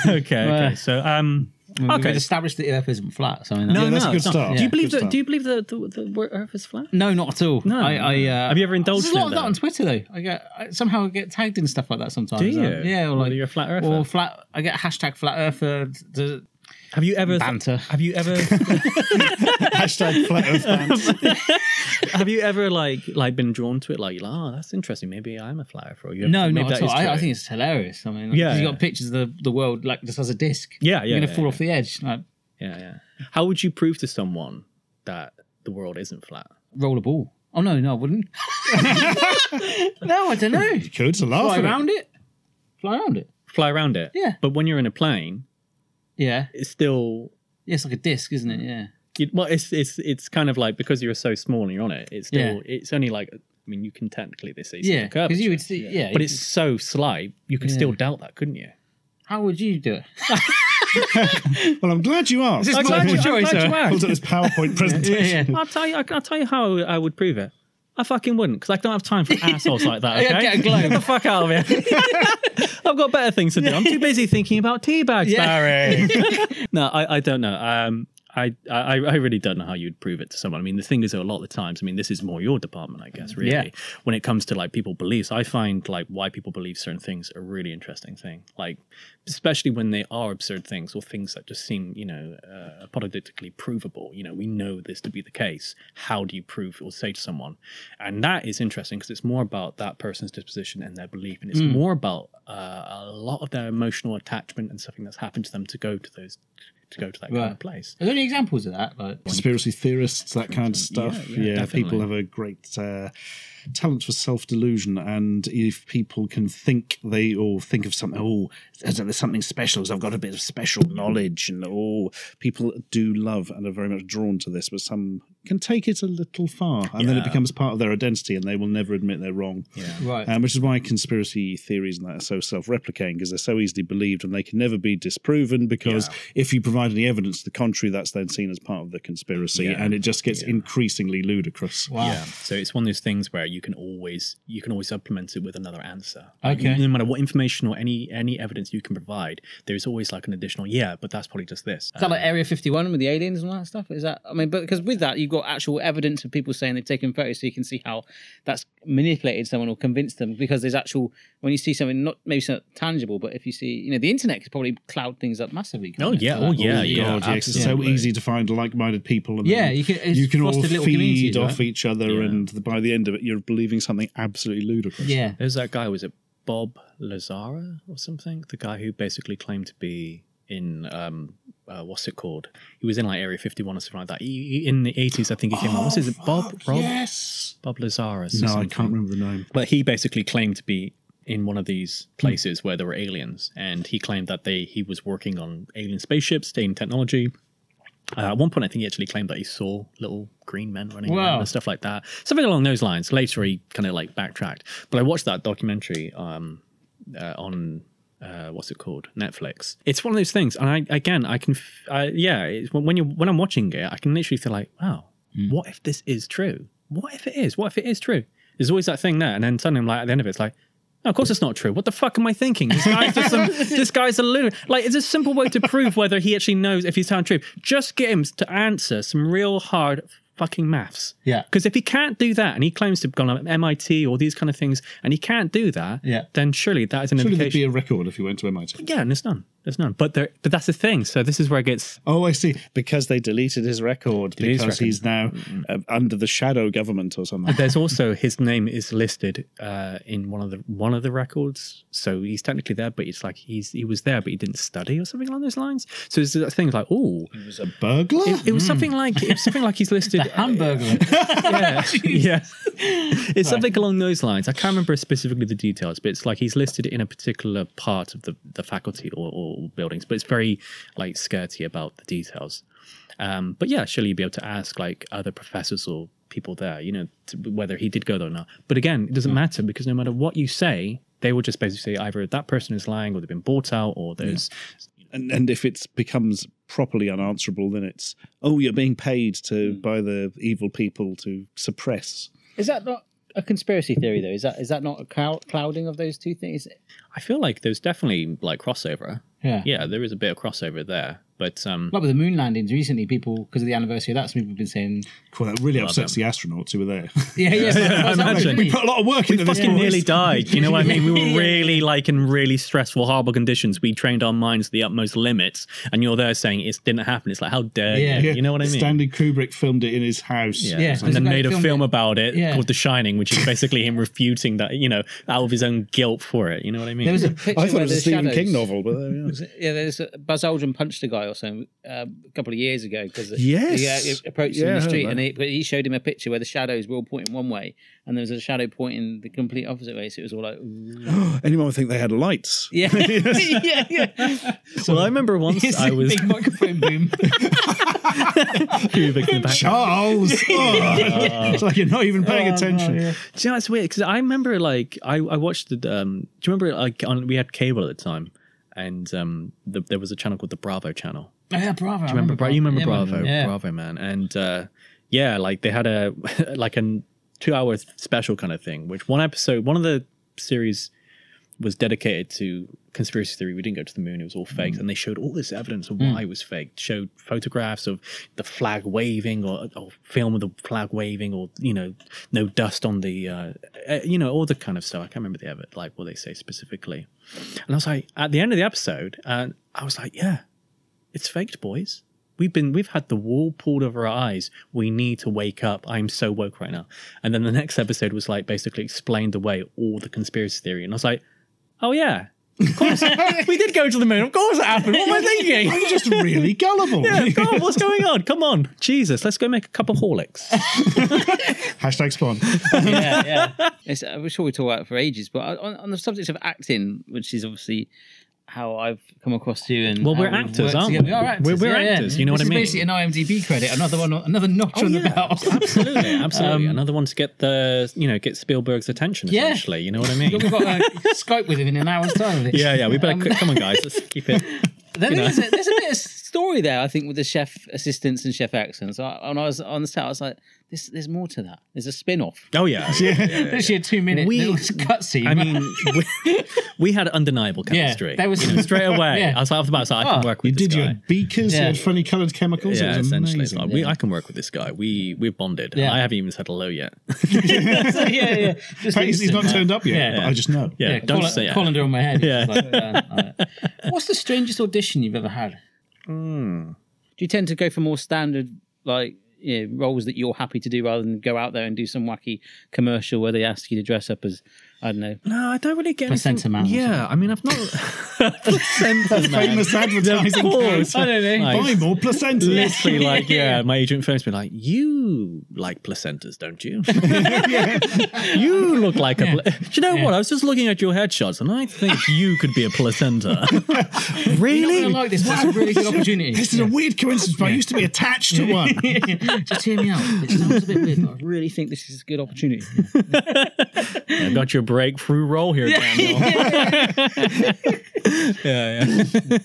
S5: okay. Okay. So um.
S6: okay.
S5: Okay.
S6: We've established that the Earth isn't flat. So I mean,
S5: No,
S6: that's-
S3: that's a
S5: no,
S3: good
S5: no.
S3: start.
S5: Do you
S3: Yeah,
S5: believe
S3: good
S5: that?
S3: start.
S5: Do you believe that the, the, the Earth is flat?
S6: no, not at all. No, I, I uh,
S5: Have you ever indulged
S6: There's a lot
S5: in
S6: of
S5: it,
S6: that
S5: though?
S6: on Twitter though. I get I somehow get tagged in stuff like that sometimes.
S5: Do you?
S6: Uh, yeah, or
S5: Well,
S6: like
S5: you're a flat earther.
S6: Or flat. I get hashtag flat earther. d-
S5: Have you ever
S6: Banter.
S5: Have you ever?
S3: Hashtag flat earth fans.
S5: have you ever like like been drawn to it? Like, like, oh, that's interesting. Maybe I'm a flat earther. Or you
S6: No,
S5: maybe
S6: not
S5: that
S6: at all.
S5: is
S6: I, I
S5: true.
S6: think it's hilarious. I mean,
S5: Yeah,
S6: yeah, you
S5: yeah.
S6: got pictures of the, the world like just as a disc.
S5: Yeah, yeah,
S6: You're gonna
S5: yeah,
S6: fall
S5: yeah.
S6: off the edge. Like
S5: Yeah, yeah. How would you prove to someone that the world isn't flat?
S6: roll a ball. Oh no, no, I wouldn't. no, I don't know.
S3: Codes are
S6: Fly
S3: laughing.
S6: around it. Fly around it.
S5: Fly around it.
S6: Yeah.
S5: But when you're in a plane,
S6: Yeah.
S5: it's still.
S6: Yeah, it's like a disc, isn't it? Yeah.
S5: It, well, it's it's it's kind of like because you're so small and you're on it. It's still.
S6: Yeah.
S5: It's only like. I mean, you can technically they say
S6: Yeah. Because you
S5: curvature.
S6: would see. Yeah.
S5: but
S6: you-
S5: it's so slight, you could still doubt that, couldn't you?
S6: how would you do it?
S3: Well, I'm glad you asked.
S6: This is multiple choice, sir.
S3: Pulls out this PowerPoint presentation.
S6: Yeah.
S5: uh, I'll tell you. I'll tell you how I would prove it. I fucking wouldn't, because I don't have time for assholes like that.
S6: Yeah,
S5: Okay,
S6: get a globe.
S5: the fuck out of here. I've got better things to do. I'm too busy thinking about tea bags,
S6: Yeah.
S5: Barry. no, I, I don't know. Um, I, I, I really don't know how you'd prove it to someone. I mean, the thing is, a lot of the times, I mean, this is more your department, I guess. Really,
S6: Yeah.
S5: when it comes to like people beliefs, I find like why people believe certain things a really interesting thing. Like, especially when they are absurd things or things that just seem, you know, uh, apodictically provable. You know, we know this to be the case. How do you prove or say to someone? And that is interesting because it's more about that person's disposition and their belief, and it's more about uh, a lot of their emotional attachment and something that's happened to them to go to those to go to that kind
S6: Right.
S5: of place.
S6: Are there any examples of that? Like,
S3: Conspiracy theorists, that kind of stuff.
S5: yeah, definitely.
S3: people have a great uh, talent for self delusion, and if people can think they or think of something, oh, there's there's something special, 'cause I've got a bit of special knowledge, and oh, people do love and are very much drawn to this, but some can take it a little far, and then it
S5: Yeah.
S3: becomes part of their identity, and they will never admit they're wrong. Yeah.
S6: right.
S3: Um, which is why conspiracy theories and that are so self replicating because they're so easily believed and they can never be disproven. Because if you provide any evidence to the contrary, that's then seen as part of the conspiracy and it just gets increasingly ludicrous.
S6: wow.
S5: Yeah. So it's one of those things where you can always you can always supplement it with another answer.
S6: Okay.
S5: No matter what information or any any evidence you can provide, there's always like an additional yeah, but that's probably just this.
S6: Is that like Area 51 with the aliens and all that stuff? Is that, I mean, but because with that, you've got actual evidence of people saying they've taken photos, so you can see how that's manipulated someone or convinced them. Because there's actual when you see something not maybe it's not tangible, but if you see, you know, the internet could probably cloud things up massively. can't
S5: Oh
S6: it,
S5: yeah,
S6: for
S5: oh
S6: that?
S5: yeah, yeah.
S3: God, yes, it's so
S5: absolutely.
S3: easy to find like-minded people, and
S6: Yeah,
S3: then
S6: you can- it's
S3: you can all
S6: fostered little communities,
S3: feed off
S6: right?
S3: each other,
S5: Yeah.
S3: and by the end of it, you're believing something absolutely ludicrous.
S6: yeah.
S5: There's that guy. Was it Bob Lazara or something? The guy who basically claimed to be in um, uh, what's it called? He was in like Area 51 or something like that. He, he- in the 80s, I think he came out. What's it? Bob? Rob?
S8: Yes.
S5: Bob Lazara.
S3: Oh, No, I can't remember the name.
S5: But he basically claimed to be in one of these places where there were aliens, and he claimed that they he was working on alien spaceships, alien technology. Uh, at one point, I think he actually claimed that he saw little green men running
S6: Wow.
S5: around and stuff like that. Something along those lines. Later, he kind of like backtracked. But I watched that documentary um, uh, on uh, what's it called Netflix. It's one of those things, and I again I can f- I, yeah it's, when when you when I'm watching it, I can literally feel like wow,
S3: Hmm.
S5: what if this is true? What if it is? What if it is true? There's always that thing there, and then suddenly I'm like at the end of it, it's like. No, of course it's not true. What the fuck am I thinking? This guy's just some, this guy's a lunatic. Like, it's a simple way to prove whether he actually knows if he's telling the truth. Just get him to answer some real hard fucking maths.
S6: Yeah.
S5: Because if he can't do that, and he claims to have gone to MIT or these kind of things, and he can't do that,
S6: Yeah.
S5: then surely that is an
S3: Surely there'd
S5: indication.
S3: be a record if you went to MIT.
S5: Yeah, and there's none. There's none. But there, but that's the thing. So this is where it gets.
S3: Oh, I see. Because they deleted his record
S5: Deleted his
S3: because
S5: record.
S3: he's now uh, under the shadow government or something.
S5: There's also his name is listed uh, in one of the one of the records, so he's technically there, but it's like he's he was there, but he didn't study or something along those lines. So there's that thing like, oh,
S3: He was a burglar.
S5: it, it was something like it was something like he's listed
S6: Hamburger.
S5: yeah, yeah. It's something along those lines. I can't remember specifically the details, but it's like he's listed in a particular part of the, the faculty or, or buildings, but it's very like skirty about the details. Um, but yeah, surely you'd be able to ask like other professors or people there, you know, to, whether he did go there or not. But again, it doesn't matter because no matter what you say, they will just basically say either that person is lying or they've been bought out or there's
S3: and, and if it becomes properly unanswerable, then it's oh, you're being paid to by the evil people to suppress.
S6: Is that not a conspiracy theory though? Is that is that not a clou- clouding of those two things?
S5: I feel like there's definitely like crossover.
S6: Yeah.
S5: Yeah, there is a bit of crossover there. But um
S6: Like with the moon landings recently, people because of the anniversary of that, some people have been saying,
S3: Well, that really upsets the astronauts who were there.
S6: "Yeah, yeah, but- but-
S5: imagine.
S6: but-
S3: Put a lot of work into this.
S5: fucking
S3: boys.
S5: nearly died. You know what I mean? We were really like in really stressful, horrible conditions. We trained our minds to the utmost limits, and you're there saying it didn't happen. It's like how dare
S6: Yeah.
S5: you? You know what I mean?
S3: Stanley Kubrick filmed it in his house.
S6: Yeah,
S5: and
S6: because
S5: then
S6: they
S5: made a
S6: filmed
S5: film
S6: it.
S5: about it
S6: Yeah.
S5: called The Shining, which is basically him refuting that, you know, out of his own guilt for it. You know what I mean?
S6: There was a picture
S3: I thought
S6: where
S3: it was a
S6: the
S3: Stephen
S6: shadows-
S3: King novel, but there we are.
S6: Was it- Yeah, there's a, Buzz Aldrin punched a guy or something uh, a couple of years ago because
S3: Yes.
S6: he, uh, he approached him
S3: Yeah, I
S6: in the
S3: heard
S6: street
S3: that.
S6: and he, but he showed him a picture where the shadows were all pointing one way and there was a shadow pointing the complete opposite way. So it was all like, ooh.
S3: anyone would think they had lights.
S6: yeah, yeah, yeah.
S5: well, I remember once I was
S6: big microphone boom.
S5: Kubrick in the background.
S3: Charles, Oh, it's like you're not even
S6: Oh,
S3: paying attention.
S5: Do you know, it's weird because I remember like I, I watched the. Um, do you remember like on, we had cable at the time, and um, the, there was a channel called the Bravo channel.
S6: Oh, yeah, Bravo. Do
S5: you remember, Bra- you remember Bravo,
S6: Yeah.
S5: Bravo man, and uh, yeah, like they had a like a two-hour special kind of thing. Which one episode, one of the series was dedicated to conspiracy theory. We didn't go to the moon; it was all faked, and they showed all this evidence of why it was faked. Showed photographs of the flag waving, or, or film of the flag waving, or you know, no dust on the, uh, uh, you know, all the kind of stuff. I can't remember the ever like what they say specifically. And I was like, at the end of the episode, and I was like, yeah, it's faked, boys. We've been, we've had the wall pulled over our eyes. We need to wake up. I'm so woke right now. And then the next episode was like basically explained away all the conspiracy theory, and I was like, oh yeah, of course, we did go to the moon. Of course it happened. What am I thinking?
S3: I'm just really gullible.
S5: Yeah, God, what's going on? Come on, Jesus, let's go make a cup of Horlicks.
S3: Hashtag spawn.
S6: yeah, yeah. It's, I'm sure we talk about it for ages, but on, on the subject of acting, which is obviously how I've come across you and
S5: Well,
S6: how
S5: we're
S6: we've
S5: actors,
S6: worked
S5: aren't we?
S6: together. we? are actors.
S5: We're- we're
S6: yeah, yeah.
S5: actors, you know what
S6: This
S5: I mean? Oh,
S6: Is basically an IMDb credit, another one, another notch on the belt.
S5: absolutely,
S3: Um,
S5: absolutely. Another one to get the, you know, get Spielberg's attention.
S6: Yeah.
S5: Essentially, you know what I mean?
S6: We've got a Skype with him in an hour's time.
S5: Yeah, yeah. We better
S6: Um,
S5: c- come on, guys. Let's keep it.
S6: Then there's, a, there's a bit of story there, I think, with the chef assistants and chef accents. I, when I was on the set, I was like, This, there's more to that. There's a spin off.
S5: Oh yeah, yeah.
S6: Literally a two minute
S5: We-
S6: little cutscene.
S5: I mean, we, we had undeniable
S6: Yeah,
S5: chemistry.
S6: there was-
S5: straight away.
S6: Yeah.
S5: I was like, off the bat, I was like, I can
S6: Oh,
S5: work with
S8: You
S5: this
S8: did. You
S5: guy.
S8: had beakers. You
S6: Yeah.
S8: had funny coloured chemicals.
S5: yeah,
S8: it was
S5: essentially, it's
S8: amazing.
S5: like, we, I can work with this guy. We we've bonded.
S6: Yeah.
S5: I haven't even said hello yet.
S6: yeah, yeah.
S8: In fact, he's, he's not turned up yet,
S6: Yeah.
S8: but I just know.
S5: Yeah, don't
S6: colander,
S5: say
S6: colander on my head.
S5: Yeah.
S6: It's like, uh, uh, what's the strangest audition you've ever had?
S5: Hmm.
S6: Do you tend to go for more standard like you know, roles that you're happy to do rather than go out there and do some wacky commercial where they ask you to dress up as I don't know
S5: No, I don't really get
S6: Placenta
S5: anything-
S6: man or
S5: Yeah, I mean, I've not. placenta
S8: Famous advertising. codes.
S6: I don't know.
S8: Buy more placenta.
S5: Literally, like, yeah, my agent phones me like, you like placentas, don't you? you look like a. Pla- Do you know what? I was just looking at your headshots, and I think you could be a placenta.
S6: I
S5: really?
S6: like this. That's a really good opportunity.
S8: This is a weird coincidence, but I used to be attached to one.
S6: Just hear me out. It sounds a bit weird, but I really think this is a good opportunity.
S5: I got your breakthrough role here, Daniel. yeah, yeah.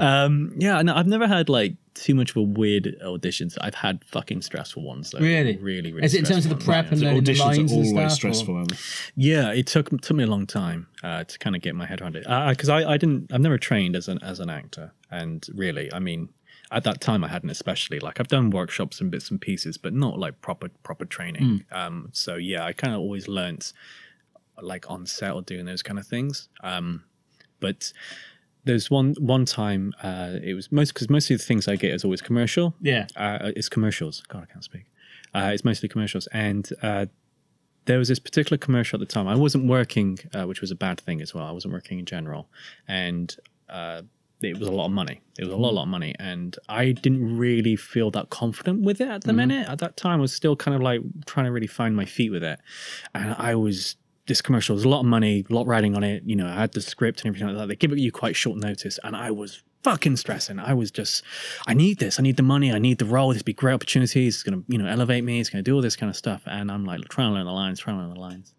S5: um, yeah, no, I've never had like too much of a weird auditions. I've had fucking stressful ones. Though.
S6: Really?
S5: really, really.
S6: Is it in terms of
S5: stressful
S6: the
S5: ones,
S6: prep
S5: yeah.
S6: and learning the
S8: Auditions
S6: lines
S8: are
S6: and
S8: always
S6: stuff? or-
S8: stressful. aren't they?
S5: Yeah, it took took me a long time uh, to kind of get my head around it because I, I didn't I've never trained as an as an actor and really I mean at that time I hadn't especially like I've done workshops and bits and pieces but not like proper proper training um so yeah I kind of always learnt like on set or doing those kind of things um but there's one one time uh it was most because most of the things I get is always commercial
S6: Yeah.
S5: uh, it's commercials. God, I can't speak. Uh, it's mostly commercials, and uh, there was this particular commercial at the time. I wasn't working, uh, which was a bad thing as well. I wasn't working in general, and uh, it was a lot of money. It was a lot, lot of money, and I didn't really feel that confident with it at the minute. At that time, I was still kind of like trying to really find my feet with it, and I was. This commercial was a lot of money, a lot riding on it. You know, I had the script and everything like that. They give it you quite short notice, and I was fucking stressing. I was just, I need this. I need the money. I need the role. This would be great opportunities. It's gonna, you know, elevate me. It's gonna do all this kind of stuff. And I'm like trying to learn the lines, trying to learn the lines.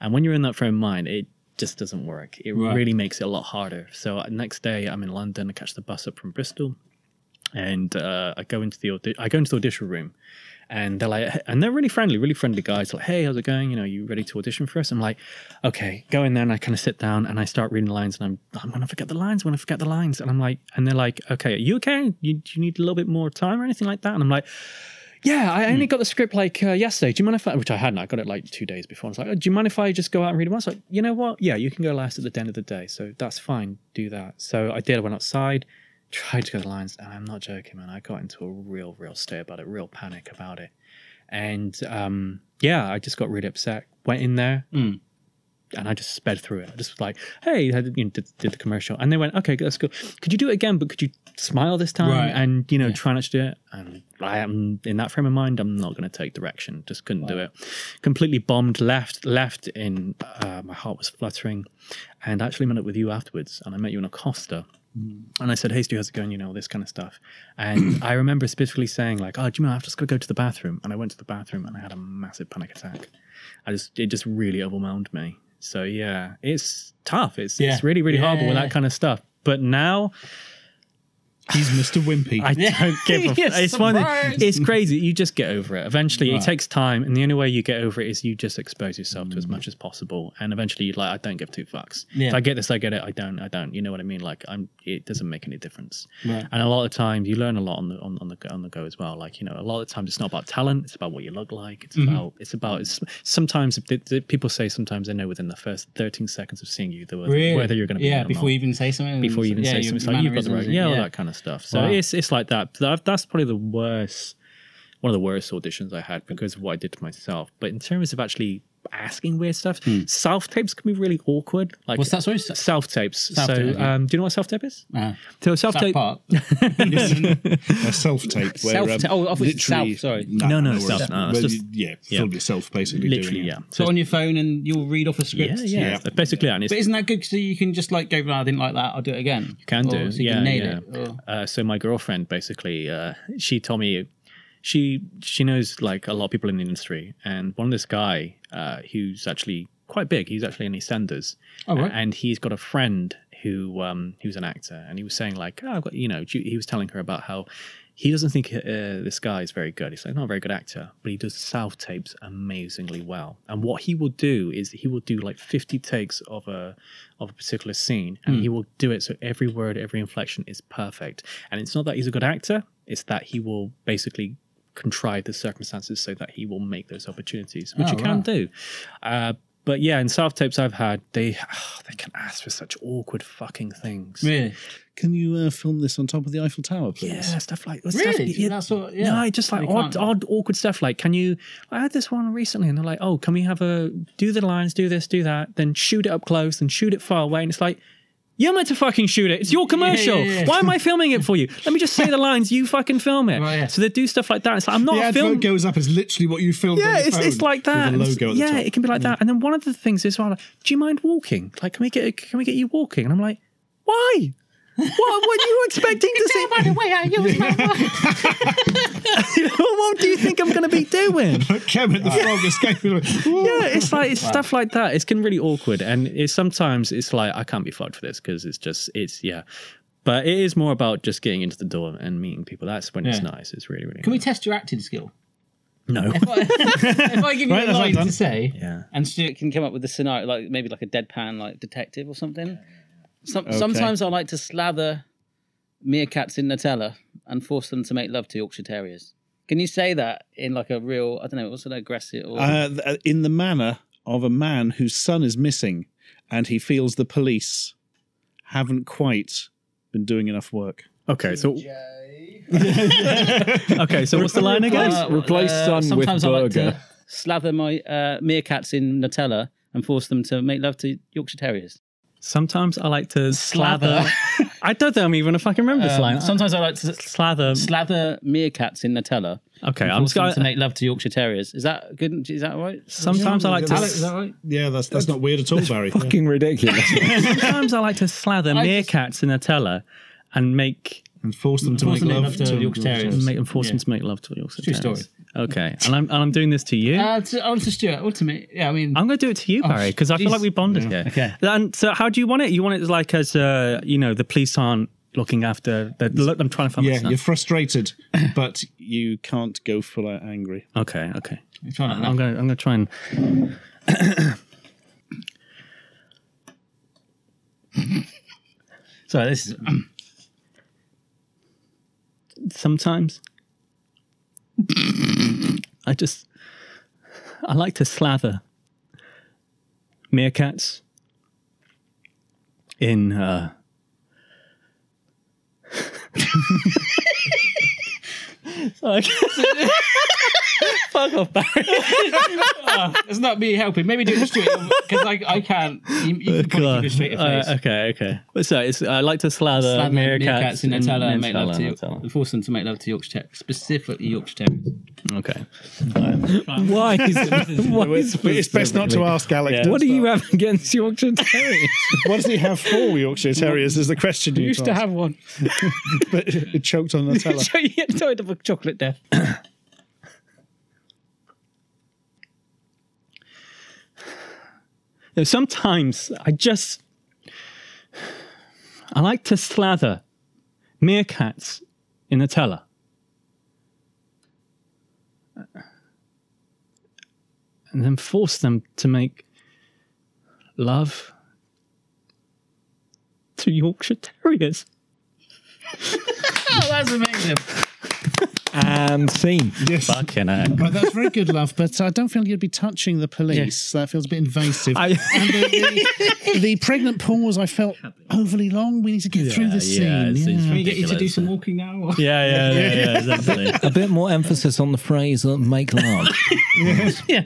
S5: And when you're in that frame of mind, it just doesn't work. It
S6: Right.
S5: really makes it a lot harder. So uh, next day, I'm in London. I catch the bus up from Bristol, and uh, I go into the audi- I go into the audition room, and they're like, and they're really friendly, really friendly guys. Like, hey, how's it going? You know, you ready to audition for us? I'm like, okay, go in there, and I kind of sit down and I start reading the lines, and I'm, I'm gonna forget the lines, I'm gonna forget the lines, and I'm like, and they're like, okay, are you okay? You, do you need a little bit more time or anything like that? And I'm like. Yeah, I only got the script like uh, yesterday. Do you mind if I, which I hadn't, I got it like two days before. I was like, oh, do you mind if I just go out and read it once? Like, you know what? Yeah, you can go last at the end of the day. So that's fine. Do that. So I did. I went outside, tried to go to the lines, and I'm not joking, man. I got into a real, real state about it, real panic about it. And um, yeah, I just got really upset. Went in there, and I just sped through it. I just was like, "Hey, I did- you know, did, did the commercial?" And they went, "Okay, that's cool. Could you do it again? But could you smile this time
S6: Right.
S5: and you know try not to do it?" And I am in that frame of mind. I'm not going to take direction. Just couldn't do it. Completely bombed. Left. Left. In uh, my heart was fluttering, and I actually met up with you afterwards. And I met you in a Costa. And I said, "Hey, Stu, how's it going? You know all this kind of stuff." And I remember specifically saying, "Like, oh, do you know, I've just got to go to the bathroom." And I went to the bathroom, and I had a massive panic attack. I just it just really overwhelmed me. So yeah, it's tough. It's
S6: Yeah.
S5: it's really really horrible with
S6: Yeah.
S5: that kind of stuff. But now
S8: He's Mr. Wimpy.
S5: I don't give a.
S6: Yes,
S5: it's one.
S6: surprise.
S5: It's crazy. You just get over it. Eventually, it takes time, and the only way you get over it is you just expose yourself to as much as possible. And eventually, you're like, I don't give two fucks.
S6: Yeah.
S5: If I get this, I get it. I don't. I don't. You know what I mean? Like, I'm. It doesn't make any difference.
S6: Right.
S5: And a lot of times, you learn a lot on the on, on the go- on the go as well. Like, you know, a lot of times it's not about talent. It's about what you look like. It's
S6: Mm-hmm.
S5: about. It's about. It's, sometimes th- th- people say sometimes they know within the first 13 seconds of seeing you the, whether you're going to be in
S6: yeah
S5: or
S6: before
S5: not
S6: you even say something
S5: before you even
S6: Yeah,
S5: say
S6: your
S5: something. It's like you've got the right,
S6: mannerisms,
S5: yeah, all that kind of stuff. So
S6: Wow.
S5: it's it's like that. That- That's probably the worst, one of the worst auditions I had because of what I did to myself. But in terms of actually asking weird stuff, self tapes can be really awkward. Like
S6: Hmm. What's that, sorry? S-
S5: Self tapes. So
S6: Self-tape, yeah.
S5: um, do you know what self tape is?
S6: Uh,
S5: So self
S6: South
S5: tape.
S6: Park.
S8: a self tape.
S6: Self-
S5: um,
S6: oh, I thought you said
S8: literally-
S6: self, sorry.
S5: No, no,
S8: worries.
S5: self- no, it's
S8: Well,
S5: just-
S8: you- yeah,
S5: yeah.
S8: film yourself basically.
S5: Literally,
S8: doing it.
S5: yeah.
S6: So on your phone and you'll read off a
S5: yeah,
S6: script.
S5: yeah, So Basically, that, and it's
S6: But isn't that good? So you can just like go, "No, I didn't like that. I'll do it again. You
S5: can do.
S6: Oh, So you
S5: yeah,
S6: can nail
S5: yeah.
S6: it. Oh. Or,
S5: Uh, so my girlfriend basically, uh, she told me, she she knows like a lot of people in the industry, and one of this guy uh, who's actually quite big. He's actually in EastEnders,
S6: Oh, right.
S5: and he's got a friend who um, who's an actor, and he was saying like, oh, I've got, you know, do you-" he was telling her about how he doesn't think uh, this guy is very good. He's like not a very good actor, but he does self tapes amazingly well. And what he will do is he will do like fifty takes of a of a particular scene, and he will do it so every word, every inflection is perfect. And it's not that he's a good actor; it's that he will basically contrive the circumstances so that he will make those opportunities, which you can do. Uh, but yeah, in self tapes I've had, they they can ask for such awkward fucking things.
S6: Really?
S3: Can you uh, film this on top of the Eiffel Tower, please?
S5: Yeah, stuff like
S6: Really?
S5: Stuff, yeah,
S6: That's what-
S5: No,
S6: yeah.
S5: I just like
S6: You
S5: odd,
S6: can't-
S5: odd, awkward stuff. Like, can you? I had this one recently, and they're like, "Oh, can we have a do the lines, do this, do that, then shoot it up close, then shoot it far away?" And it's like. You're meant to fucking shoot it. It's your commercial.
S6: yeah.
S5: Why am I filming it for you? Let me just say the lines. You fucking film it.
S6: Right, yeah.
S5: So they do stuff like that. It's like I'm not
S8: The
S5: a
S8: advert
S5: film.
S8: goes up as literally what you filmed. on
S5: Yeah,
S8: your
S5: it's, it's
S8: phone
S5: like that.
S8: With a
S5: It's-
S8: logo at the
S5: yeah,
S8: top.
S5: it can be like that. And then one of the things is, well, like, do you mind walking? Like, can we get can we get you walking? And I'm like, why? what what are you expecting to see? By the way, I use What do you think I'm going to be doing?
S8: Kermit the Frog escaping.
S5: Yeah, it's like it's stuff like that. It's getting really awkward, and it's sometimes it's like I can't be fucked for this because it's just it's yeah. But it is more about just getting into the door and meeting people. That's when it's
S6: Yeah.
S5: nice. It's really really.
S6: Can we
S5: nice.
S6: test your acting skill?
S5: no.
S6: if I give you a line to say,
S5: Yeah.
S6: and Stuart can come up with a scenario, like maybe like a deadpan, like detective or something. Some, Sometimes I like to slather meerkats in Nutella and force them to make love to Yorkshire Terriers. Can you say that in like a real, I don't know, what's an aggressive or
S3: Uh, th- uh, in the manner of a man whose son is missing, and he feels the police haven't quite been doing enough work.
S5: Okay, so. okay, so what's the line again?
S6: Uh,
S10: Replace
S6: uh,
S10: sun with
S6: sometimes I like to
S10: burger.
S6: slather my uh, meerkats in Nutella and force them to make love to Yorkshire Terriers.
S5: Sometimes I like to
S6: Slather. Um,
S5: slather. I don't think I'm even gonna fucking remember this line. Sometimes
S6: Sometimes I like to
S5: slather.
S6: slather meerkats in Nutella.
S5: Okay, I'm
S6: I'm
S5: just
S6: going to
S5: gonna.
S6: make love to Yorkshire Terriers. Is that good? Is that all right?
S5: Sometimes I like to.
S6: Alex, is that right?
S8: Yeah, that's that's not weird at all, Barry.
S10: Fucking ridiculous.
S5: Sometimes I like to slather
S6: I just-
S5: meerkats in Nutella, and make
S8: And force them to
S6: Force
S8: make
S6: them to
S8: love
S6: make love
S8: to
S6: to Yorkshire Terriers.
S5: and make and force them to make love to Yorkshire.
S6: True
S5: Terriers.
S6: story.
S5: Okay, and I'm and I'm doing this to you.
S6: Uh, oh, to, on to Stuart, ultimately. Yeah, I mean,
S5: I'm going to do it to you, Barry, because I feel
S6: jeez.
S5: like we bonded here.
S6: Okay.
S5: And so, how do you want it? You want it like as uh, you know, the police aren't looking after. they're- Look, I'm trying to find. my
S8: Yeah,
S5: son.
S8: you're frustrated, but
S3: You can't go full out angry.
S5: Okay, okay.
S6: trying to-
S5: I'm gonna I'm gonna try and
S6: sorry, this is.
S5: sometimes I just I like to slather meerkats in uh Sorry.
S6: Fuck off, Barry. oh, it's not me helping. Maybe do it to Stuart, because I, I can't. You, you can probably keep a straighter
S5: Uh,
S6: face.
S5: okay, okay. But so it's I like to slather,
S6: Slam
S5: meerkats,
S6: meerkats in Nutella and make love
S5: Nutella,
S6: to York-
S5: Nutella.
S6: and force them to make love to Yorkshire Terriers, specifically Yorkshire Terriers.
S5: Okay. Why? Is, why is-
S3: It's best not to ask Alex.
S5: Yeah.
S10: what do you have against Yorkshire Terriers?
S3: What does he have for Yorkshire Terriers? Is the question you
S6: Used to have one.
S3: but it choked on Nutella.
S6: so you get tired of a chocolate death.
S5: No, sometimes I just I like to slather meerkats in Nutella. And then force them to make love to Yorkshire Terriers.
S6: Oh, that's amazing.
S10: and scene.
S8: yes,
S5: Fucking heck.
S3: Right, that's very good, love, but uh, I don't feel you'd be touching the police. That feels a bit invasive.
S5: I,
S3: And the, the- the pregnant pause I felt overly long. We need to get through this scene. yeah.
S6: Can we get you to do some walking now? Or?
S5: yeah, yeah, yeah, yeah, exactly.
S10: A bit more emphasis on the phrase uh, make love.
S6: yeah.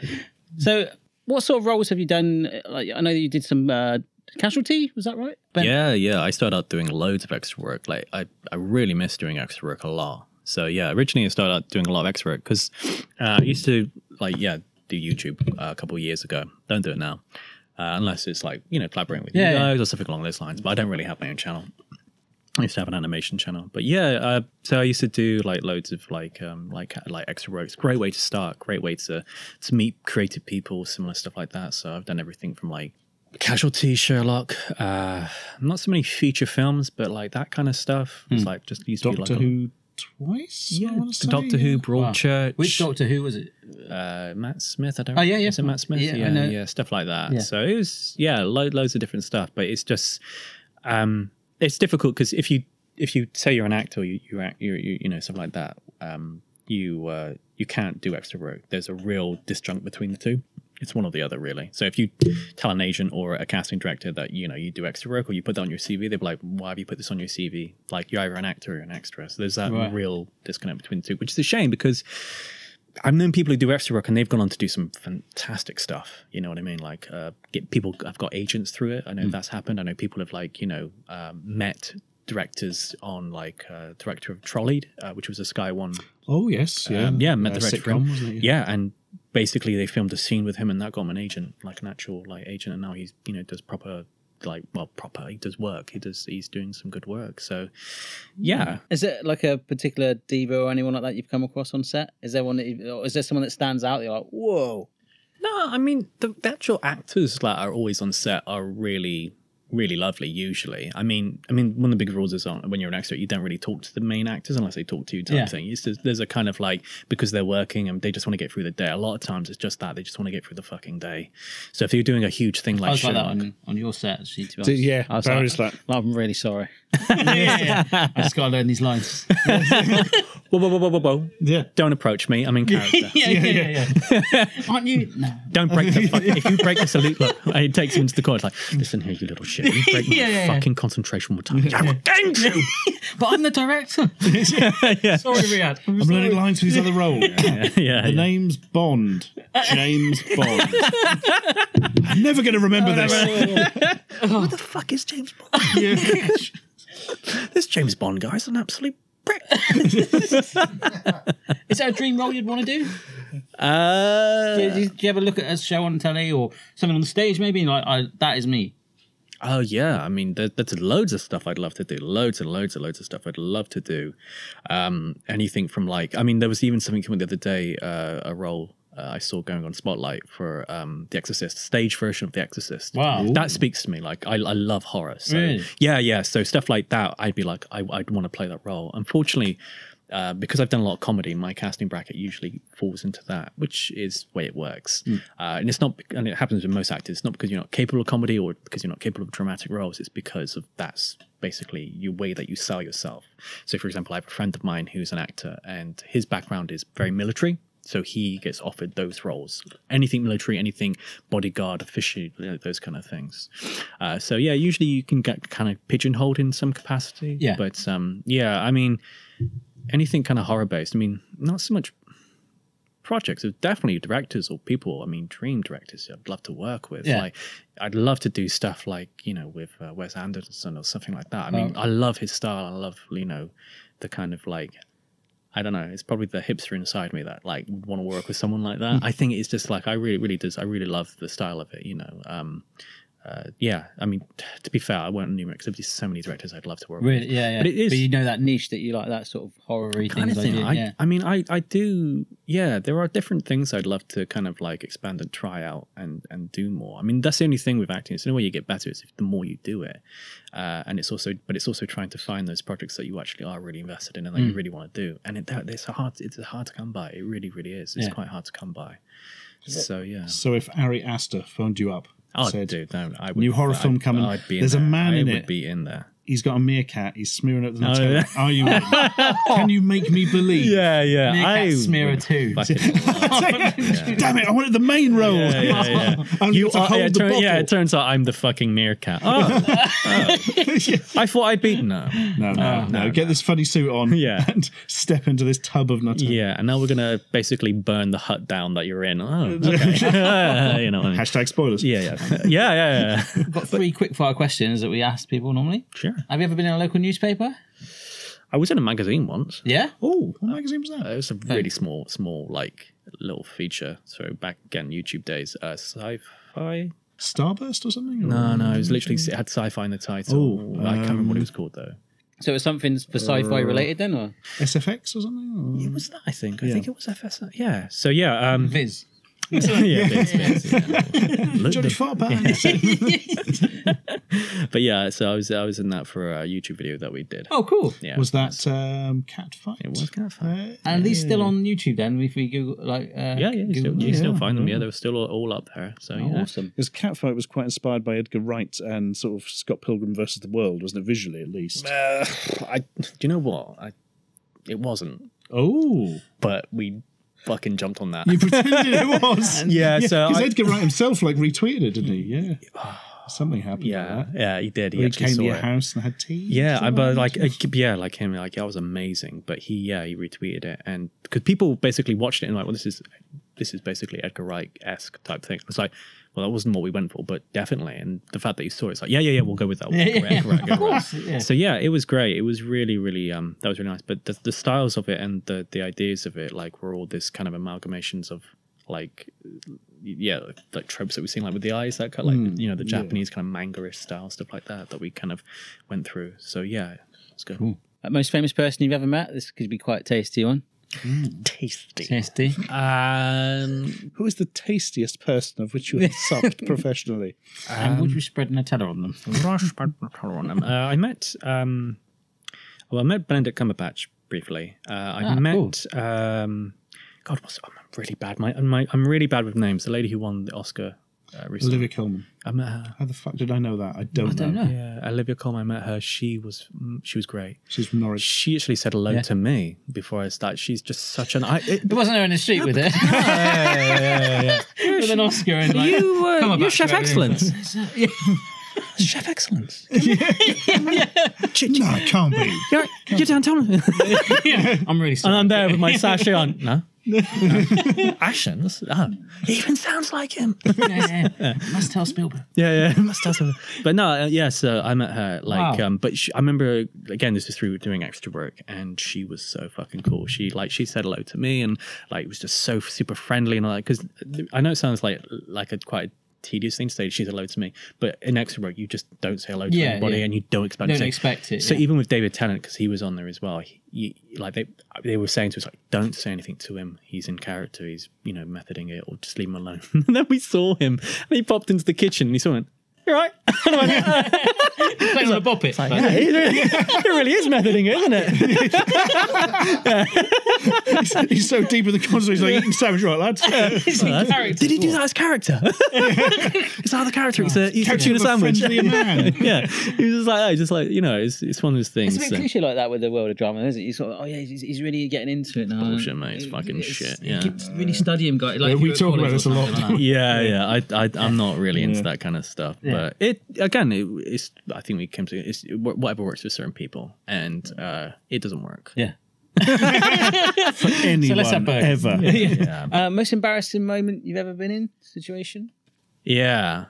S6: So, what sort of roles have you done? Like, I know that you did some uh, casualty. Was that right? Ben?
S5: Yeah, yeah. I started out doing loads of extra work. Like I, I really miss doing extra work a lot. So yeah, originally I started out doing a lot of extra work because uh, I used to like yeah do YouTube uh, a couple of years ago. Don't do it now. Uh, unless it's like you know collaborating with
S6: Yeah,
S5: you
S6: yeah.
S5: guys or something along those lines, but I don't really have my own channel. I used to have an animation channel, but yeah, uh, so I used to do like loads of like um like like extra work. It's a great way to start, great way to to meet creative people, similar stuff like that. So I've done everything from like Casualty, Sherlock, uh, not so many feature films, but like that kind of stuff. It's like just used to be
S8: Hmm. Doctor
S5: like a-
S8: Who twice? I
S5: yeah,
S8: wanna say,
S5: Doctor
S8: yeah.
S5: Who, Broadchurch,
S6: Which Doctor Who was it?
S5: uh, Matt Smith. I don't.
S6: Oh, yeah, yeah.
S5: Is it Matt Smith?
S6: Yeah,
S5: Yeah,
S6: I
S5: yeah,
S6: know.
S5: stuff like that.
S6: Yeah.
S5: So it was yeah, lo- loads of different stuff. But it's just um, it's difficult because if you if you say you're an actor, you you act you you, you know stuff like that. Um, you uh, you can't do extra work. There's a real disjunct between the two. It's one or the other, really. So if you tell an agent or a casting director that you know you do extra work or you put that on your CV, they'll be like, "Why have you put this on your CV? Like you're either an actor or an extra." So there's that real disconnect between the two, which is a shame because I've known people who do extra work and they've gone on to do some fantastic stuff. You know what I mean? Like, uh, get people. I've got agents through it. I
S8: Hmm.
S5: know that's happened. I know people have like you know um, met directors on like uh, director of Trolleyed, uh, which was a Sky One.
S8: Oh yes, yeah,
S5: Um, yeah, met
S8: Uh,
S5: the director.
S8: sitcom,
S5: from-
S8: wasn't it?
S5: Yeah, and basically they filmed a scene with him, and that got him an agent, like an actual like agent, and now he's you know does proper like well proper he does work. He does he's doing some good work. So yeah,
S6: Is it like a particular diva or anyone like that you've come across on set? Is there one that you, or is there someone that stands out? that You're like, whoa.
S5: No, I mean the, the actual actors that are always on set are really, really lovely. Usually, I mean, I mean, one of the big rules is on when you're an actor, you don't really talk to the main actors unless they talk to you. Type
S6: Yeah.
S5: thing. It's just, there's a kind of like because they're working and they just want to get through the day. A lot of times, it's just that they just want to get through the fucking day. So if you're doing a huge thing like,
S6: I was like that
S5: Sherlock-
S6: on, on your set, actually, to be
S8: Did-
S6: honest.
S8: yeah.
S6: I was
S8: Barry's
S6: like,
S8: like,
S6: I'm really sorry. I just got to learn these lines.
S5: whoa, whoa, whoa, whoa, whoa, whoa.
S8: yeah.
S5: Don't approach me. I'm in character.
S6: yeah, yeah, yeah. Aren't you? No.
S5: Don't break the fuck. if you break the salute, look, it takes him into the court. Like, listen here, you little shit. You break my
S6: Yeah, yeah, yeah.
S5: fucking concentration one time. I will dang you.
S6: But I'm the director. Sorry, Riyadh.
S8: I'm learning lines for his other role.
S5: yeah,
S8: The
S5: yeah.
S8: name's Bond. James Bond. I'm never going to
S5: Oh,
S8: remember this.
S5: fuck is James Bond? this James Bond guy's an absolute prick.
S6: Is that a dream role you'd want to do?
S5: Uh,
S6: Do you, do you ever look at a show on telly or something on the stage, maybe? And like, I, that is me.
S5: oh yeah, I mean, there, there's loads of stuff I'd love to do. Loads and loads and loads of stuff I'd love to do. Um, anything from like, I mean, there was even something coming the other day, uh, a role. Uh, I saw going on Spotlight for um, The Exorcist, stage version of The Exorcist.
S6: Wow.
S5: that speaks to me. Like I, I love horror. So
S6: Really?
S5: yeah, yeah. So stuff like that, I'd be like, I, I'd want to play that role. Unfortunately, uh, because I've done a lot of comedy, my casting bracket usually falls into that, which is the way it works. Uh, and it's not, and it happens with most actors. It's not because you're not capable of comedy or because you're not capable of dramatic roles. It's because of that's basically your way that you sell yourself. So, for example, I have a friend of mine who's an actor, and his background is very military. So he gets offered those roles, anything military, anything bodyguard, official, you know, those kind of things. Uh, so yeah, usually you can get kind of pigeonholed in some capacity.
S6: Yeah.
S5: But um, yeah, I mean, anything kind of horror based. I mean, not so much projects. There's definitely directors or people. I mean, dream directors. I'd love to work with.
S6: Yeah.
S5: Like, I'd love to do stuff like you know with uh, Wes Anderson or something like that. I mean, I love his style. I love you know the kind of like I don't know. It's probably the hipster inside me that like would want to work with someone like
S6: Hmm.
S5: that. I think it's just like I really, really does. I really love the style of it. You know. Um, uh, yeah, I mean, t- to be fair, I won't name it because there's so many directors I'd love to work
S6: Really?
S5: with.
S6: Yeah, yeah.
S5: But it is-
S6: you know that niche that you like, that sort of horror-y
S5: Kind
S6: things.
S5: of thing.
S6: I do,
S5: I,
S6: yeah.
S5: I mean, I, I do. Yeah, there are different things I'd love to kind of like expand and try out and and do more. I mean, that's the only thing with acting. It's the only way you get better is if the more you do it. Uh, and it's also, but it's also trying to find those projects that you actually are really invested in and that
S8: Mm.
S5: you really want to do. And it, that, it's hard. It's hard to come by. It really, really is. It's
S6: Yeah.
S5: quite hard to come by. So yeah.
S8: So if Ari Aster phoned you up,
S5: Oh,
S8: said
S5: dude, no, I would,
S8: new horror
S5: I'd-
S8: film coming.
S5: I'd be in
S8: There's a
S5: there.
S8: man
S5: I
S8: in
S5: would
S8: it.
S5: be in there.
S8: he's got a meerkat. He's smearing at the
S5: Oh,
S8: Nutella. Are you? in? Can you make me believe?
S5: Yeah, yeah.
S6: Meerkat Smearer too.
S8: Damn it! I wanted the main role. I'm
S5: You
S8: to
S5: are,
S8: hold
S5: yeah, it
S8: the
S5: turn-
S8: bottle.
S5: yeah, it turns out I'm the fucking meerkat. Oh, oh. I thought I'd beaten her.
S8: No, no, no, Get this funny suit on.
S5: Ah, Yeah.
S8: and step into this tub of Nutella.
S5: Yeah, and now we're gonna basically burn the hut down that you're in. Oh, okay. you know, what I mean.
S8: Hashtag spoilers.
S5: yeah, yeah, yeah, yeah, yeah.
S6: We've got three quick-fire questions that we ask people normally.
S5: Sure.
S6: Have you ever been in a local newspaper?
S5: I was in a magazine once.
S6: Yeah.
S8: Oh, what magazine was that?
S5: Uh, it was a really small, small like little feature. So back again, YouTube days, uh, sci-fi.
S8: Starburst or something?
S5: Uh, No, um, no, it was literally it had sci-fi in the title. I can't remember what it was called though.
S6: So it's something for
S11: Uh,
S6: sci-fi related then, or
S8: SFX or something?
S5: It was that I think. I think it was FSI. Yeah. So yeah, um,
S6: Viz?
S5: yeah, bits, bits, yeah. Look,
S8: Johnny
S5: the-
S8: Farber.
S5: but yeah, so I was I was in that for a YouTube video that we did.
S11: Oh, cool.
S5: yeah,
S8: Was that um, cat fight?
S5: It was kind of fun.
S8: Uh,
S11: And are these still on YouTube then? If we Google, like, uh,
S5: yeah, yeah, you still,
S11: Google
S5: you
S11: them?
S5: still find them. Yeah, Mm. Oh, they were still all, all up there. So yeah,
S11: Awesome.
S8: Because Catfight was quite inspired by Edgar Wright and sort of Scott Pilgrim versus the World, wasn't it? Visually, at least.
S5: Uh, I do you know what? I it wasn't,
S8: Oh,
S5: but we fucking jumped on that.
S8: you pretended it was.
S5: yeah, so
S8: because
S5: I-
S8: Edgar Wright himself like retweeted it, didn't he? Yeah, something happened.
S5: yeah,
S8: with that.
S5: yeah, he did. He,
S8: he
S5: actually
S8: came
S5: saw
S8: to your
S5: it.
S8: house and had tea.
S5: Yeah, I, but like, uh, yeah, like him, like that was amazing. But he, yeah, he retweeted it, and because people basically watched it and like, well, this is, this is basically Edgar Wright esque type thing. It's like, well, that wasn't what we went for, but definitely, and the fact that you saw it, it's like, yeah, yeah, yeah, we'll go with that. We'll
S11: Yeah,
S5: go with
S11: yeah,
S5: Edgar Wright,
S11: of
S5: Edgar Wright.
S11: course, yeah.
S5: So yeah, it was great. It was really, really, um, that was really nice. But the, the styles of it and the the ideas of it, like, were all this kind of amalgamations of like yeah, like tropes that we've seen, like with the eyes, that kind of like you know the Japanese kind of manga-ish style stuff like that that we kind of went through. So yeah, it's good.
S6: Uh, Most famous person you've ever met? This could be quite a tasty one.
S11: Mm.
S5: Tasty.
S6: Tasty.
S11: Um,
S8: who is the tastiest person of which you have sucked professionally?
S11: and would you spread Nutella on them?
S5: um, uh, I met um, well, I met Benedict Cumberbatch briefly. Uh, I
S11: Ah,
S5: met um, God, what's I'm really bad. My, my I'm really bad with names. The lady who won the Oscar uh, recently.
S8: Olivia Colman.
S5: I met her.
S8: How the fuck did I know that? I don't, know.
S5: Yeah, Olivia Colman. I met her. She was mm, she was great.
S8: She's from Norwich.
S5: She actually said hello to me before I started. She's just such an. I, it,
S11: It wasn't her in the street with it. With an Oscar and like, you were
S6: uh, you're Chef Excellence.
S5: Chef excellence.
S4: No, it can't be.
S5: You're, you're downtown.
S11: I'm really
S5: and
S11: sorry.
S5: I'm there with my sachet on. No. Actions? Oh. Even sounds like him.
S11: Yeah, yeah. Must tell Spielberg.
S5: Yeah, yeah. Must have some- But no, uh, yeah, so I met her. Like,
S11: Wow.
S5: um, but she, I remember, again, this is through doing extra work, and she was so fucking cool. She, like, she said hello to me and, like, was just so super friendly. And, like, because I know it sounds like, like a quite tedious thing to say, she said hello to me, but in extra work, you just don't say hello to
S11: Yeah,
S5: anybody
S11: yeah.
S5: and you don't expect
S11: Don't
S5: to.
S11: expect it.
S5: So
S11: yeah.
S5: even with David Tennant, because he was on there as well, he, he- like they they were saying to us like, don't say anything to him. He's in character. He's you know methoding it, or just leave him alone. and then we saw him, and he popped into the kitchen, and he saw him. You're right.
S11: It's like, on a bop it.
S5: Yeah, he really, he really is methoding it, isn't it?
S8: He's so deep in the conversation, he's like eating sandwich, right, lads?
S11: It's in character.
S5: Did he do that as character? it's not the character. It's a, he's a tuna
S8: Of a
S5: sandwich.
S8: friendlier man.
S5: yeah, he was just like, oh, just like you know, it's, it's one of those things.
S6: It's a bit
S5: that-
S6: cliche like that with the world of drama, isn't it? You sort of, oh yeah, he's, he's really getting into it now.
S5: Bullshit, Oh, mate. It's fucking shit,
S6: you
S5: yeah.
S6: could really study him, guy. Like
S8: Yeah,
S6: if
S8: we
S6: you were at
S8: talk
S6: college
S8: about
S6: or
S8: this a lot,
S6: something like
S8: don't
S6: that.
S5: yeah, yeah. I, I, I'm not really into that kind of stuff. But it again, it, it's. I think we came to it's wh- whatever works for certain people, and uh, it doesn't work.
S6: Yeah.
S8: Anyone
S11: let's have both.
S8: ever.
S5: Yeah,
S6: Uh, most embarrassing moment you've ever been in? Situation?
S5: yeah,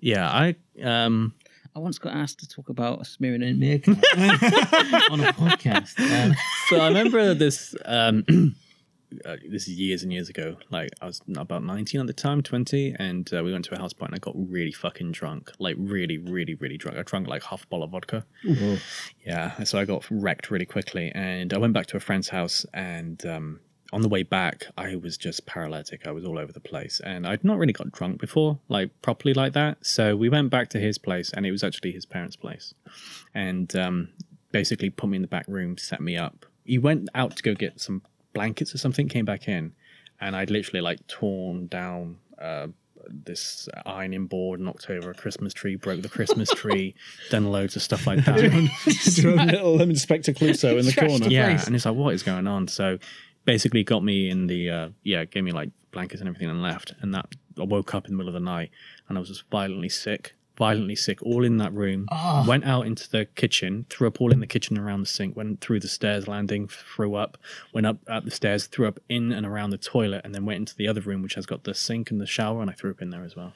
S5: yeah. I um.
S6: I once got asked to talk about smearing in milk on a podcast. Um,
S5: So I remember this. Um, uh, this is years and years ago. Like I was about 19 at the time, 20, and uh, we went to a house party, and I got really fucking drunk. Like really, really, really drunk. I drank like half a bottle of vodka. Yeah, and so I got wrecked really quickly, and I went back to a friend's house, and um, on the way back, I was just paralytic. I was all over the place, and I'd not really got drunk before, like properly like that. So we went back to his place, and it was actually his parents' place, and um, basically put me in the back room, set me up. He went out to go get some blankets or something, came back in, and I'd literally like torn down. Uh, this ironing board knocked over a Christmas tree, broke the Christmas tree, done loads of stuff like that.
S8: Throw a little um, Inspector Clouseau in the corner.
S5: Yeah, and it's like, what is going on? So basically got me in the, uh, yeah, gave me like blankets and everything and left. And that I woke up in the middle of the night and I was just violently sick, violently sick, all in that room. Went out into the kitchen, threw up all in the kitchen around the sink, went through the stairs landing, threw up, went up up the stairs, threw up in and around the toilet, and then went into the other room, which has got the sink and the shower, and I threw up in there as well.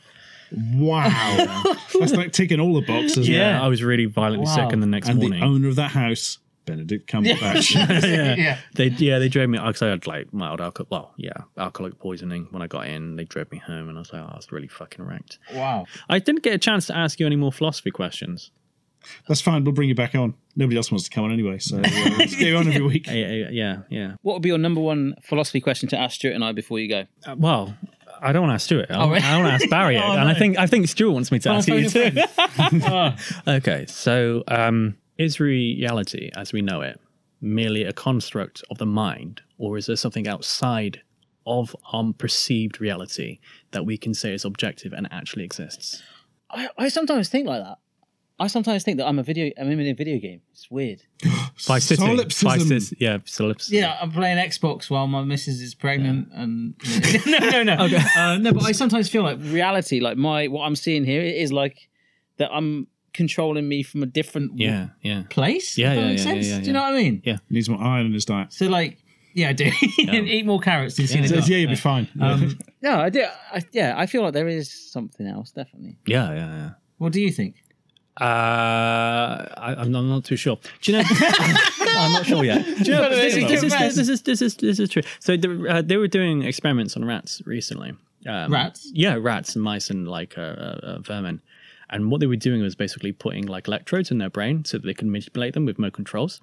S8: Wow. That's like ticking all the boxes.
S5: Yeah, I was really violently sick. And the next
S8: And
S5: morning,
S8: the owner of that house, Benedict Cumberbatch.
S5: yeah. They yeah, they drove me because I had like mild alcohol. Well, yeah, alcoholic poisoning when I got in. They drove me home, and I was like, oh, I was really fucking wrecked.
S11: Wow.
S5: I didn't get a chance to ask you any more philosophy questions.
S8: That's fine. We'll bring you back on. Nobody else wants to come on anyway, so uh, let's go on every week.
S5: Yeah, yeah, yeah. yeah.
S6: what would be your number one philosophy question to ask Stuart and I before you go?
S5: Uh, well, I don't want to ask Stuart. I,
S11: Oh, really?
S5: I want to ask Barry,
S11: Oh,
S5: and I
S11: no.
S5: think I think Stuart wants me to
S11: Oh,
S5: ask you
S11: phone
S5: too.
S11: Oh.
S5: okay, so um, is reality as we know it merely a construct of the mind, or is there something outside of our perceived reality that we can say is objective and actually exists?
S6: I, I sometimes think like that. I sometimes think that I'm a video. I'm in a video game. It's weird.
S5: By sitting, by
S11: Solipsism.
S5: sit- yeah, solipsism.
S11: Yeah, I'm playing Xbox while my missus is pregnant, and no, no, no,
S5: Okay.
S11: uh, no. But I sometimes feel like
S6: Reality, like my what I'm seeing here, it is like that. I'm controlling me from a different w-
S5: Yeah, yeah.
S6: place.
S11: Yeah,
S6: if that
S11: yeah,
S6: makes
S11: yeah,
S6: sense.
S11: yeah, yeah.
S6: Do you know what I mean?
S5: Yeah.
S8: Needs more iron in his diet.
S11: so, like, yeah, I do. Eat more carrots and see
S8: Yeah,
S11: the
S8: yeah,
S11: dark.
S8: you'll be fine.
S11: Um,
S6: No, I do. I, yeah, I feel like there is something else, definitely.
S5: Yeah, yeah, yeah.
S11: what do you think?
S5: Uh, I, I'm, not, I'm not too sure. Do you know? I'm not sure yet. Do you know-
S11: But
S5: this, is,
S11: it's
S5: this, is,
S11: different.
S5: this, is, this is this is true. So the, uh, they were doing experiments on rats recently. Um,
S11: Rats?
S5: Yeah, rats and mice and like uh, uh, uh, vermin. And what they were doing was basically putting like electrodes in their brain so that they could manipulate them with remote controls.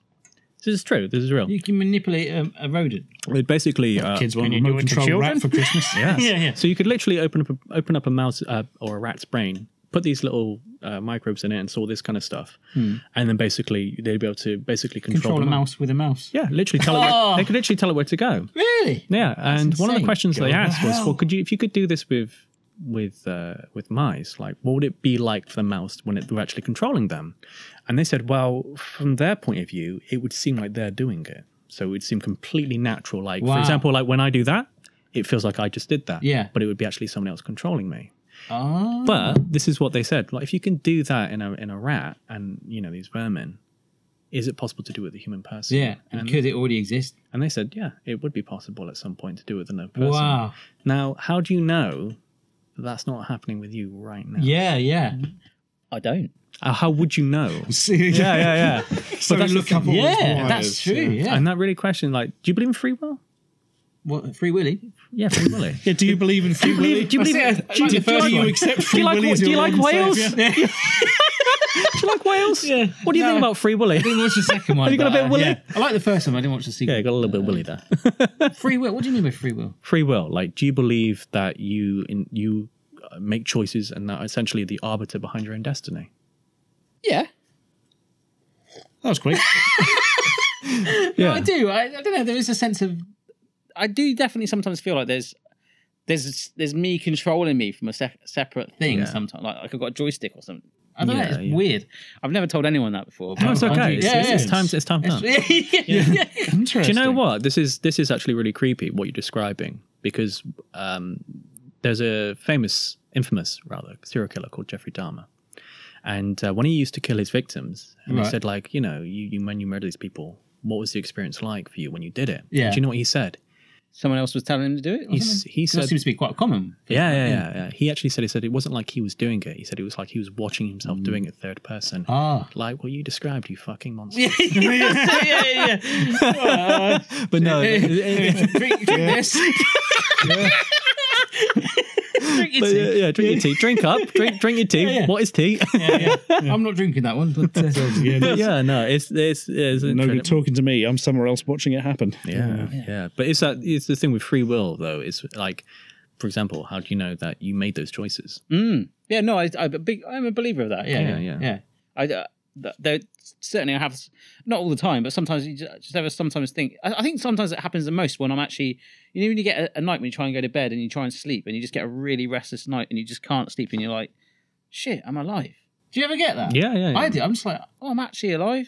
S5: This is true. This is real.
S11: You can manipulate um, a rodent.
S5: They basically uh,
S8: Kids want remote control rat for Christmas.
S5: Yes.
S11: Yeah, yeah.
S5: So you could literally open up a, open up a mouse uh, or a rat's brain, put these little uh, microbes in it, and all this kind of stuff, and then basically they'd be able to basically control,
S11: Control a
S5: the mouse.
S11: mouse with a mouse.
S5: Yeah, literally tell it. Where,
S11: Oh.
S5: they could literally tell it where to go.
S11: Really?
S5: Yeah, and one of the
S11: insane.
S5: questions
S11: Go
S5: they
S11: to
S5: asked was, well,
S11: hell.
S5: could you if you could do this with with uh, with mice, like what would it be like for the mouse when it were actually controlling them? And they said, well, from their point of view, it would seem like they're doing it, so it would seem completely natural. Like for
S11: Wow.
S5: example, like when I do that, it feels like I just did that.
S11: Yeah.
S5: but it would be actually someone else controlling me.
S11: Oh.
S5: But this is what they said: like if you can do that in a in a rat and you know these vermin. Is it possible to do it with a human person?
S11: Yeah, and could it already exist?
S5: And they said, yeah, it would be possible at some point to do it with another person.
S11: Wow.
S5: Now, how do you know that that's not happening with you right now?
S11: Yeah, yeah.
S6: I don't.
S5: Uh, how would you know?
S8: See,
S5: yeah, yeah, yeah.
S8: So
S5: that's
S8: look up all those
S11: Yeah,
S8: wires,
S11: that's true.
S8: yeah.
S11: Yeah.
S5: And that really question, like, do you believe in free will?
S11: What, free Willy?
S5: Yeah, free will.
S8: Yeah, do you believe in free will?
S5: do you believe
S11: That's
S5: it?
S11: it. I like the first
S8: do you
S11: one.
S8: accept
S5: Do
S8: free
S5: you like,
S8: will? as
S5: do you
S8: your
S5: like
S8: own
S5: whales?
S8: savior?
S5: do you like whales? Yeah. What do you
S11: No.
S5: think about free willy?
S11: I didn't watch the second one.
S5: Have you got a
S11: but,
S5: bit
S11: uh,
S5: Willy?
S11: yeah. I like the first one. I didn't watch the
S5: Yeah,
S11: sequel.
S5: I got a little bit willy there.
S11: Free will. What do you mean by free will?
S5: free will like do you believe that you in you uh, make choices and that essentially the arbiter behind your own destiny
S6: Yeah.
S8: That was quick.
S11: No, I do. I, I don't know. There is a sense of
S6: I do definitely sometimes feel like there's there's there's me controlling me from a se- separate thing sometimes like, like I've got a joystick or something.
S11: I don't
S5: Yeah,
S11: know. It's
S5: yeah.
S11: weird.
S6: I've never told anyone that before.
S5: no it's
S6: but-
S5: okay
S11: yeah,
S5: it's, it's,
S11: yeah.
S5: it's time it's time done.
S11: yeah, yeah, yeah.
S8: Interesting.
S5: do you know what this is this is actually really creepy what you're describing because um there's a famous infamous rather serial killer called jeffrey dahmer and uh, when he used to kill his victims and he
S11: Right.
S5: said like you know you, you when you murder these people what was the experience like for you when you did it
S11: Yeah.
S5: do you know what he said
S6: Someone else was telling him to do it. or
S5: he,
S6: something?
S5: s- he
S11: That
S5: said
S11: seems to be quite common.
S5: Yeah, yeah, yeah, yeah. He actually said he said it wasn't like he was doing it. He said it was like he was watching himself doing it third person.
S11: Mm. Ah.
S5: Like what you described, you fucking monster.
S11: yeah, yeah, yeah, yeah. Uh,
S5: But no, it- it- it-
S11: drink, drink this. drink your
S5: but yeah,
S11: tea.
S5: yeah, drink your tea. Drink up. Drink, drink your tea.
S11: Yeah, yeah.
S5: What is tea?
S11: Yeah, yeah. I'm not drinking that one, but uh,
S8: Yeah,
S5: yeah, no, it's it's, it's
S8: no
S5: interesting.
S8: good talking to me. I'm somewhere else watching it happen.
S5: Yeah, yeah, But it's that it's the thing with free will though. It's like, for example, how do you know that you made those choices?
S6: Mm. Yeah, no, I, I a big, I'm a believer of that. Yeah,
S5: Yeah,
S6: yeah,
S5: yeah.
S11: yeah.
S6: I uh, th- there certainly I have s- not all the time, but sometimes you ju- just ever sometimes think. I, I think sometimes it happens the most when I'm actually you know when you get a, a night when you try and go to bed and you try and sleep and you just get a really restless night and you just can't sleep and you're like, shit, I'm alive.
S11: Do you ever get that?
S5: Yeah, yeah, yeah.
S11: I do. I'm just like,
S6: Oh, I'm actually alive.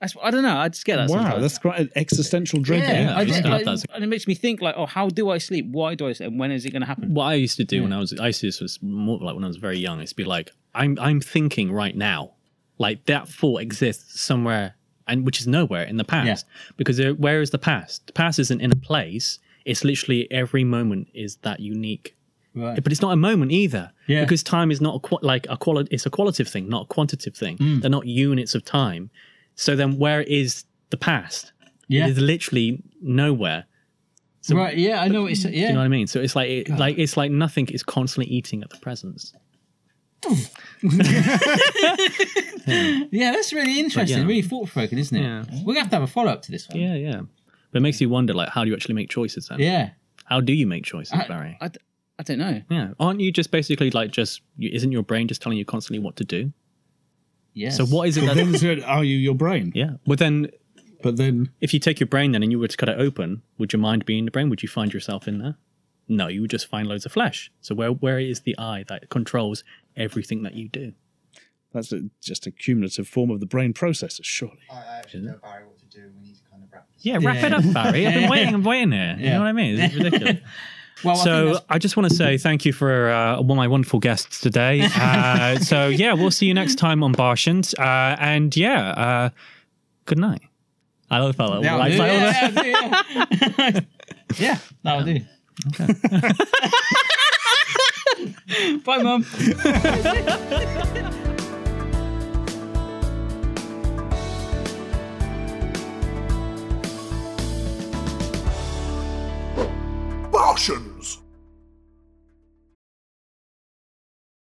S6: That's I don't know. I just get that.
S8: Wow,
S6: sometimes.
S8: that's quite an existential dread.
S11: Yeah,
S8: there.
S5: Yeah, I
S11: I
S5: just
S11: do.
S5: thought
S11: I-
S5: that's-
S6: and it makes me think like, oh, how do I sleep? Why do I sleep? And when is it going to happen?
S5: What I used to do when I was I used to do this was more like when I was very young. It's be like I'm I'm thinking right now, like that thought exists somewhere and which is nowhere in the past because there, where is the past? The past isn't in a place. It's literally every moment is that unique.
S11: Right.
S5: But it's not a moment either,
S11: Yeah.
S5: because time is not a qua- like a quali- It's a qualitative thing, not a quantitative thing.
S11: Mm.
S5: They're not units of time. So then, where is the past?
S11: Yeah.
S5: It is literally nowhere.
S11: right. Yeah, I know what you said.
S5: Do you know
S11: Yeah.
S5: what I mean? So it's like it, like it's like nothing is constantly eating at the presence.
S11: Yeah, that's really interesting.
S5: yeah.
S11: Really thought provoking, isn't it?
S5: Yeah.
S11: We're going to have to have a follow up to this one.
S5: Yeah, yeah. But it makes you wonder, like, how do you actually make choices then?
S11: Yeah.
S5: How do you make choices, Barry?
S6: I d- I don't know.
S5: Yeah, aren't you just basically like just you- isn't your brain just telling you constantly what to do?
S6: Yes.
S5: So what is it?
S8: But then
S5: That,
S8: it's good, are you your brain?
S5: yeah. Well, then
S8: But then
S5: if you take your brain then and you were to cut it open, would your mind be in the brain? Would you find yourself in there? No, you would just find loads of flesh. So where where is the eye that controls everything that you do?
S3: That's a, just a cumulative form of the brain processor, surely.
S12: I, I actually know Barry what to do. We need to kind of wrap this
S5: Yeah, wrap it up, Barry. I've been waiting. I'm waiting here. You
S12: Yeah.
S5: know what I mean? It's ridiculous.
S12: Well, I think
S5: so
S12: that's-
S5: I, just want to say thank you for uh, all my wonderful guests today. Uh, so yeah, we'll see you next time on Barshans. Uh, and yeah, uh, good night. I love that. little
S11: Yeah,
S5: light bulb.
S11: yeah, yeah, yeah. Yeah, that'll do. Bye, mum.
S4: Barsham!